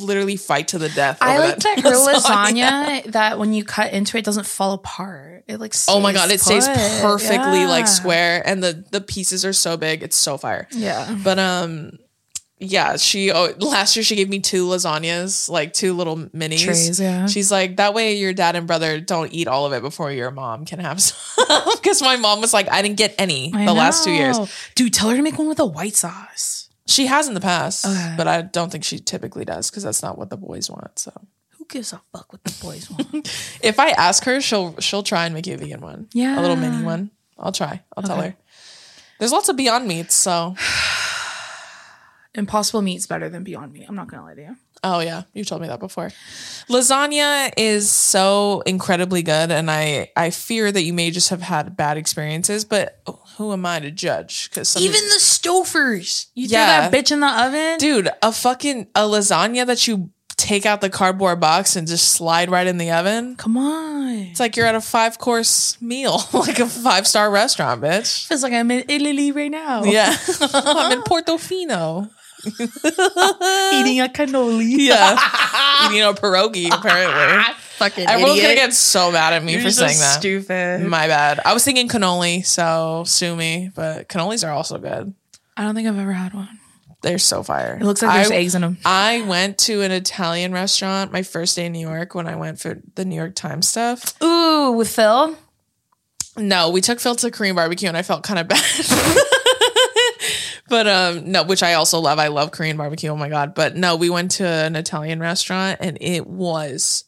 [SPEAKER 2] literally fight to the death.
[SPEAKER 1] I
[SPEAKER 2] over
[SPEAKER 1] like that her lasagna that when you cut into it, it doesn't fall apart. It like
[SPEAKER 2] Oh my god, it stays
[SPEAKER 1] put.
[SPEAKER 2] perfectly
[SPEAKER 1] Yeah.
[SPEAKER 2] like square, and the the pieces are so big, it's so fire.
[SPEAKER 1] Yeah.
[SPEAKER 2] But um, yeah, she oh, last year she gave me two lasagnas, like two little minis.
[SPEAKER 1] Trays, yeah.
[SPEAKER 2] She's like that way your dad and brother don't eat all of it before your mom can have some. Because my mom was like, I didn't get any the
[SPEAKER 1] I
[SPEAKER 2] last two years.
[SPEAKER 1] know. Dude, tell her to make one with a white sauce.
[SPEAKER 2] She has in the past,
[SPEAKER 1] Okay.
[SPEAKER 2] but I don't think she typically does because that's not what the boys want. So
[SPEAKER 1] Who gives a fuck what the boys want?
[SPEAKER 2] if I ask her, she'll she'll try and make you a vegan one. a little mini
[SPEAKER 1] Yeah.
[SPEAKER 2] one. I'll try. I'll tell
[SPEAKER 1] Okay.
[SPEAKER 2] her. There's lots of Beyond Meats, so
[SPEAKER 1] Impossible meat's better than Beyond Meat. I'm not gonna lie to you.
[SPEAKER 2] Oh yeah, you told me that before. Lasagna is so incredibly good, and I I fear that you may just have had bad experiences, but who am I to judge? Because
[SPEAKER 1] Even the Stofers. You
[SPEAKER 2] Yeah.
[SPEAKER 1] throw that bitch in the oven.
[SPEAKER 2] dude, a fucking a lasagna that you take out the cardboard box and just slide right in the oven.
[SPEAKER 1] Come on.
[SPEAKER 2] It's like you're at a five course meal, like a five star restaurant, bitch.
[SPEAKER 1] feels like I'm in Italy right now.
[SPEAKER 2] Yeah, I'm in Portofino.
[SPEAKER 1] Eating a cannoli.
[SPEAKER 2] Yeah, eating a pierogi apparently.
[SPEAKER 1] Fucking
[SPEAKER 2] Everyone's gonna
[SPEAKER 1] idiot.
[SPEAKER 2] get so mad at me
[SPEAKER 1] You're
[SPEAKER 2] for
[SPEAKER 1] so
[SPEAKER 2] saying that.
[SPEAKER 1] stupid.
[SPEAKER 2] My bad. I was thinking cannoli, so sue me. But cannolis are also good.
[SPEAKER 1] I don't think I've ever had one.
[SPEAKER 2] They're so fire.
[SPEAKER 1] It looks like there's
[SPEAKER 2] I,
[SPEAKER 1] eggs in them.
[SPEAKER 2] I went to an Italian restaurant my first day in New York when I went for the New York Times stuff.
[SPEAKER 1] Ooh, with Phil.
[SPEAKER 2] No, we took Phil to Korean barbecue, and I felt kind of bad. but um, no, which I also love. I love Korean barbecue. Oh my god! But no, we went to an Italian restaurant, and it was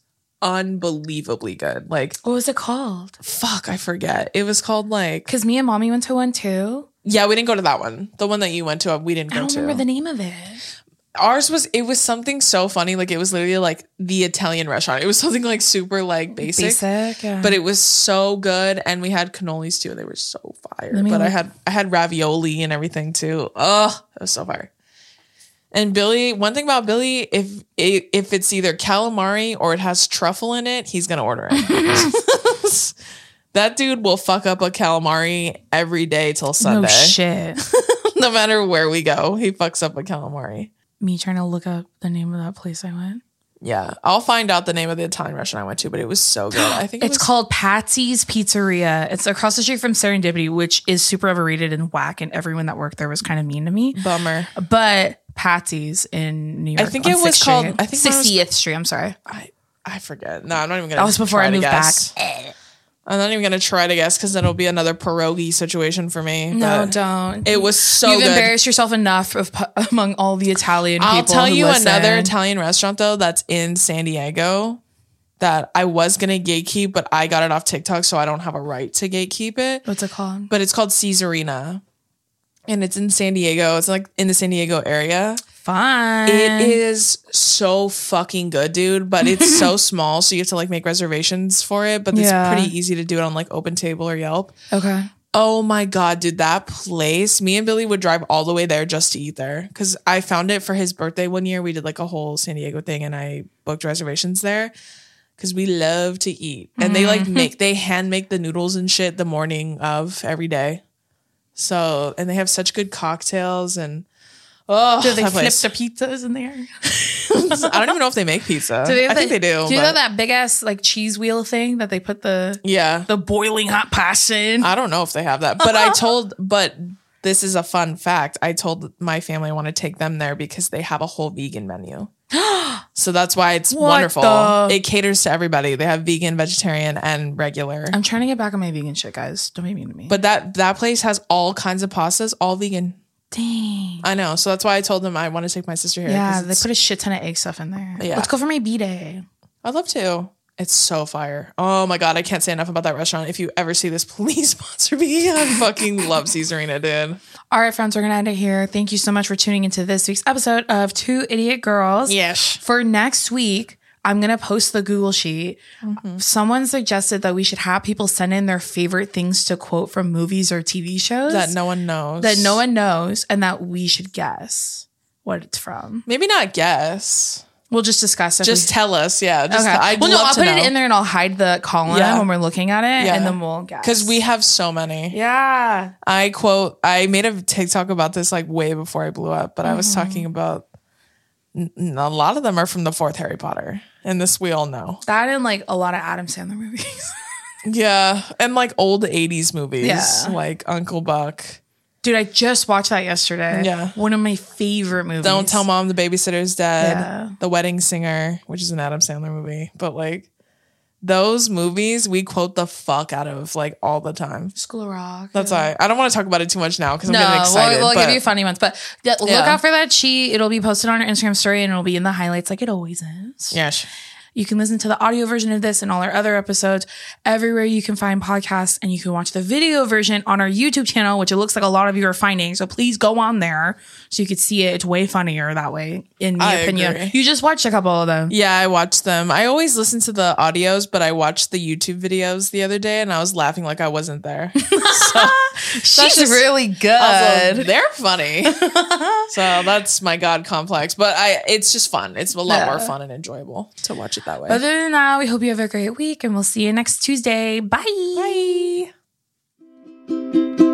[SPEAKER 2] unbelievably good. Like
[SPEAKER 1] What was it called?
[SPEAKER 2] fuck, I forget. It was called like
[SPEAKER 1] Because me and mommy went to one too.
[SPEAKER 2] yeah. We didn't go to that one. The one that you went to, uh, we didn't
[SPEAKER 1] I
[SPEAKER 2] go
[SPEAKER 1] don't
[SPEAKER 2] to.
[SPEAKER 1] remember the name of it.
[SPEAKER 2] ours was it was something so funny like it was literally like the italian restaurant it was something like super like basic,
[SPEAKER 1] yeah.
[SPEAKER 2] but it was so good and we had cannolis too they were so fire
[SPEAKER 1] Let me
[SPEAKER 2] but i
[SPEAKER 1] look.
[SPEAKER 2] had i had ravioli and everything too oh it was so fire and billy one thing about billy if if it's either calamari or it has truffle in it he's gonna order it that dude will fuck up a calamari every day till
[SPEAKER 1] no
[SPEAKER 2] sunday
[SPEAKER 1] shit.
[SPEAKER 2] no matter where we go he fucks up a calamari
[SPEAKER 1] me trying to look up the name of that place I went.
[SPEAKER 2] Yeah, I'll find out the name of the Italian restaurant I went to, but it was so good. I think it
[SPEAKER 1] It's
[SPEAKER 2] was-
[SPEAKER 1] called Patsy's Pizzeria. It's across the street from Serendipity, which is super overrated and whack, and everyone that worked there was kind of mean to me.
[SPEAKER 2] Bummer.
[SPEAKER 1] But Patsy's in New York.
[SPEAKER 2] think
[SPEAKER 1] on
[SPEAKER 2] it was
[SPEAKER 1] 6th
[SPEAKER 2] called-
[SPEAKER 1] Street.
[SPEAKER 2] I think mine was-
[SPEAKER 1] 60th Street. I'm sorry.
[SPEAKER 2] I I forget. No, I'm not even gonna.
[SPEAKER 1] That was before
[SPEAKER 2] try
[SPEAKER 1] I
[SPEAKER 2] to
[SPEAKER 1] moved
[SPEAKER 2] guess.
[SPEAKER 1] back.
[SPEAKER 2] I'm not even gonna try to guess because then it'll be another pierogi situation for me.
[SPEAKER 1] No,
[SPEAKER 2] but
[SPEAKER 1] don't.
[SPEAKER 2] it was so
[SPEAKER 1] You've
[SPEAKER 2] good.
[SPEAKER 1] embarrassed yourself enough of, among all the Italian people.
[SPEAKER 2] I'll tell
[SPEAKER 1] who
[SPEAKER 2] you
[SPEAKER 1] listen.
[SPEAKER 2] another Italian restaurant though that's in San Diego that I was gonna gatekeep, but I got it off TikTok, so I don't have a right to gatekeep it.
[SPEAKER 1] What's it called?
[SPEAKER 2] But it's called Caesarina, and it's in San Diego. It's like in the San Diego area.
[SPEAKER 1] Fine.
[SPEAKER 2] It is so fucking good, dude. But it's so small, so you have to like make reservations for it. But
[SPEAKER 1] Yeah.
[SPEAKER 2] it's pretty easy to do it on like Open Table or Yelp.
[SPEAKER 1] Okay.
[SPEAKER 2] Oh my god, dude, that place! Me and Billy would drive all the way there just to eat there because I found it for his birthday one year. We did like a whole San Diego thing, and I booked reservations there because we love to eat. And they like make they hand make the noodles and shit the morning of every day. So and they have such good cocktails and oh,
[SPEAKER 1] Do they
[SPEAKER 2] that
[SPEAKER 1] flip
[SPEAKER 2] place.
[SPEAKER 1] the pizzas in there?
[SPEAKER 2] I don't even know if they make pizza.
[SPEAKER 1] Do they
[SPEAKER 2] I
[SPEAKER 1] have
[SPEAKER 2] think they
[SPEAKER 1] that-
[SPEAKER 2] do.
[SPEAKER 1] Do you know
[SPEAKER 2] but-
[SPEAKER 1] that big ass like cheese wheel thing that they put the
[SPEAKER 2] Yeah.
[SPEAKER 1] the boiling hot pasta in?
[SPEAKER 2] I don't know if they have that. But I told, but this is a fun fact. I told my family I want to take them there because they have a whole vegan menu. so that's why it's
[SPEAKER 1] What
[SPEAKER 2] wonderful.
[SPEAKER 1] the-
[SPEAKER 2] It caters to everybody. They have vegan, vegetarian, and regular.
[SPEAKER 1] I'm trying to get back on my vegan shit, guys. Don't be mean to me.
[SPEAKER 2] But that that place has all kinds of pastas, all vegan.
[SPEAKER 1] dang.
[SPEAKER 2] I know. So that's why I told them I want to take my sister here. 'cause
[SPEAKER 1] Yeah, they
[SPEAKER 2] it's-
[SPEAKER 1] put a shit ton of egg stuff in there.
[SPEAKER 2] Yeah.
[SPEAKER 1] Let's go for my B day.
[SPEAKER 2] I'd love to. It's so fire. Oh my god, I can't say enough about that restaurant. If you ever see this, please sponsor me. I fucking love Caesarina, dude.
[SPEAKER 1] All right, friends, we're gonna end it here. Thank you so much for tuning into this week's episode of Two Idiot Girls.
[SPEAKER 2] Yes.
[SPEAKER 1] for next week i'm going to post the google sheet
[SPEAKER 2] Mm-hmm.
[SPEAKER 1] someone suggested that we should have people send in their favorite things to quote from movies or tv shows
[SPEAKER 2] That no one knows.
[SPEAKER 1] that no one knows and that we should guess what it's from
[SPEAKER 2] Maybe not guess.
[SPEAKER 1] we'll just discuss it
[SPEAKER 2] Just tell us. Yeah. Just
[SPEAKER 1] okay
[SPEAKER 2] I'd
[SPEAKER 1] well no
[SPEAKER 2] love
[SPEAKER 1] i'll
[SPEAKER 2] to
[SPEAKER 1] put it in there and i'll hide the column
[SPEAKER 2] Yeah.
[SPEAKER 1] when we're looking at it
[SPEAKER 2] Yeah.
[SPEAKER 1] and then we'll guess
[SPEAKER 2] Because we have so many.
[SPEAKER 1] yeah
[SPEAKER 2] I
[SPEAKER 1] Mm-hmm.
[SPEAKER 2] quote I made a TikTok about this like way before I blew up, but I was talking about N- A lot of them are from the fourth Harry Potter, and this we all know.
[SPEAKER 1] That and like a lot of Adam Sandler movies.
[SPEAKER 2] Yeah, and like old '80s movies,
[SPEAKER 1] Yeah.
[SPEAKER 2] like Uncle Buck.
[SPEAKER 1] Dude, I just watched that yesterday.
[SPEAKER 2] Yeah.
[SPEAKER 1] One of my favorite movies.
[SPEAKER 2] Don't tell mom the babysitter's dead.
[SPEAKER 1] Yeah.
[SPEAKER 2] The Wedding Singer, which is an Adam Sandler movie, but like those movies we quote the fuck out of like all the time.
[SPEAKER 1] School of Rock.
[SPEAKER 2] That's why I don't want to talk about it too much now because I'm
[SPEAKER 1] no,
[SPEAKER 2] getting excited.
[SPEAKER 1] we'll, we'll
[SPEAKER 2] but
[SPEAKER 1] give you funny ones, but yeah, look
[SPEAKER 2] Yeah.
[SPEAKER 1] out for that cheat. It'll be posted on our Instagram story and it'll be in the highlights like it always is.
[SPEAKER 2] yeah, sh-
[SPEAKER 1] You can listen to the audio version of this and all our other episodes everywhere you can find podcasts, and you can watch the video version on our YouTube channel, which it looks like a lot of you are finding. So please go on there so you could see it. It's way funnier that way, in my
[SPEAKER 2] I
[SPEAKER 1] opinion.
[SPEAKER 2] agree.
[SPEAKER 1] You just watched a couple of them.
[SPEAKER 2] yeah, I watched them. I always listen to the audios, but I watched the YouTube videos the other day and I was laughing like I wasn't there. so
[SPEAKER 1] She's
[SPEAKER 2] just-
[SPEAKER 1] really good.
[SPEAKER 2] Also, they're funny. so that's my god complex, but I it's just fun. It's a lot
[SPEAKER 1] Yeah.
[SPEAKER 2] more fun and enjoyable to watch it that way.
[SPEAKER 1] Other than that, we hope you have a great week and we'll see you next Tuesday. Bye.
[SPEAKER 2] Bye.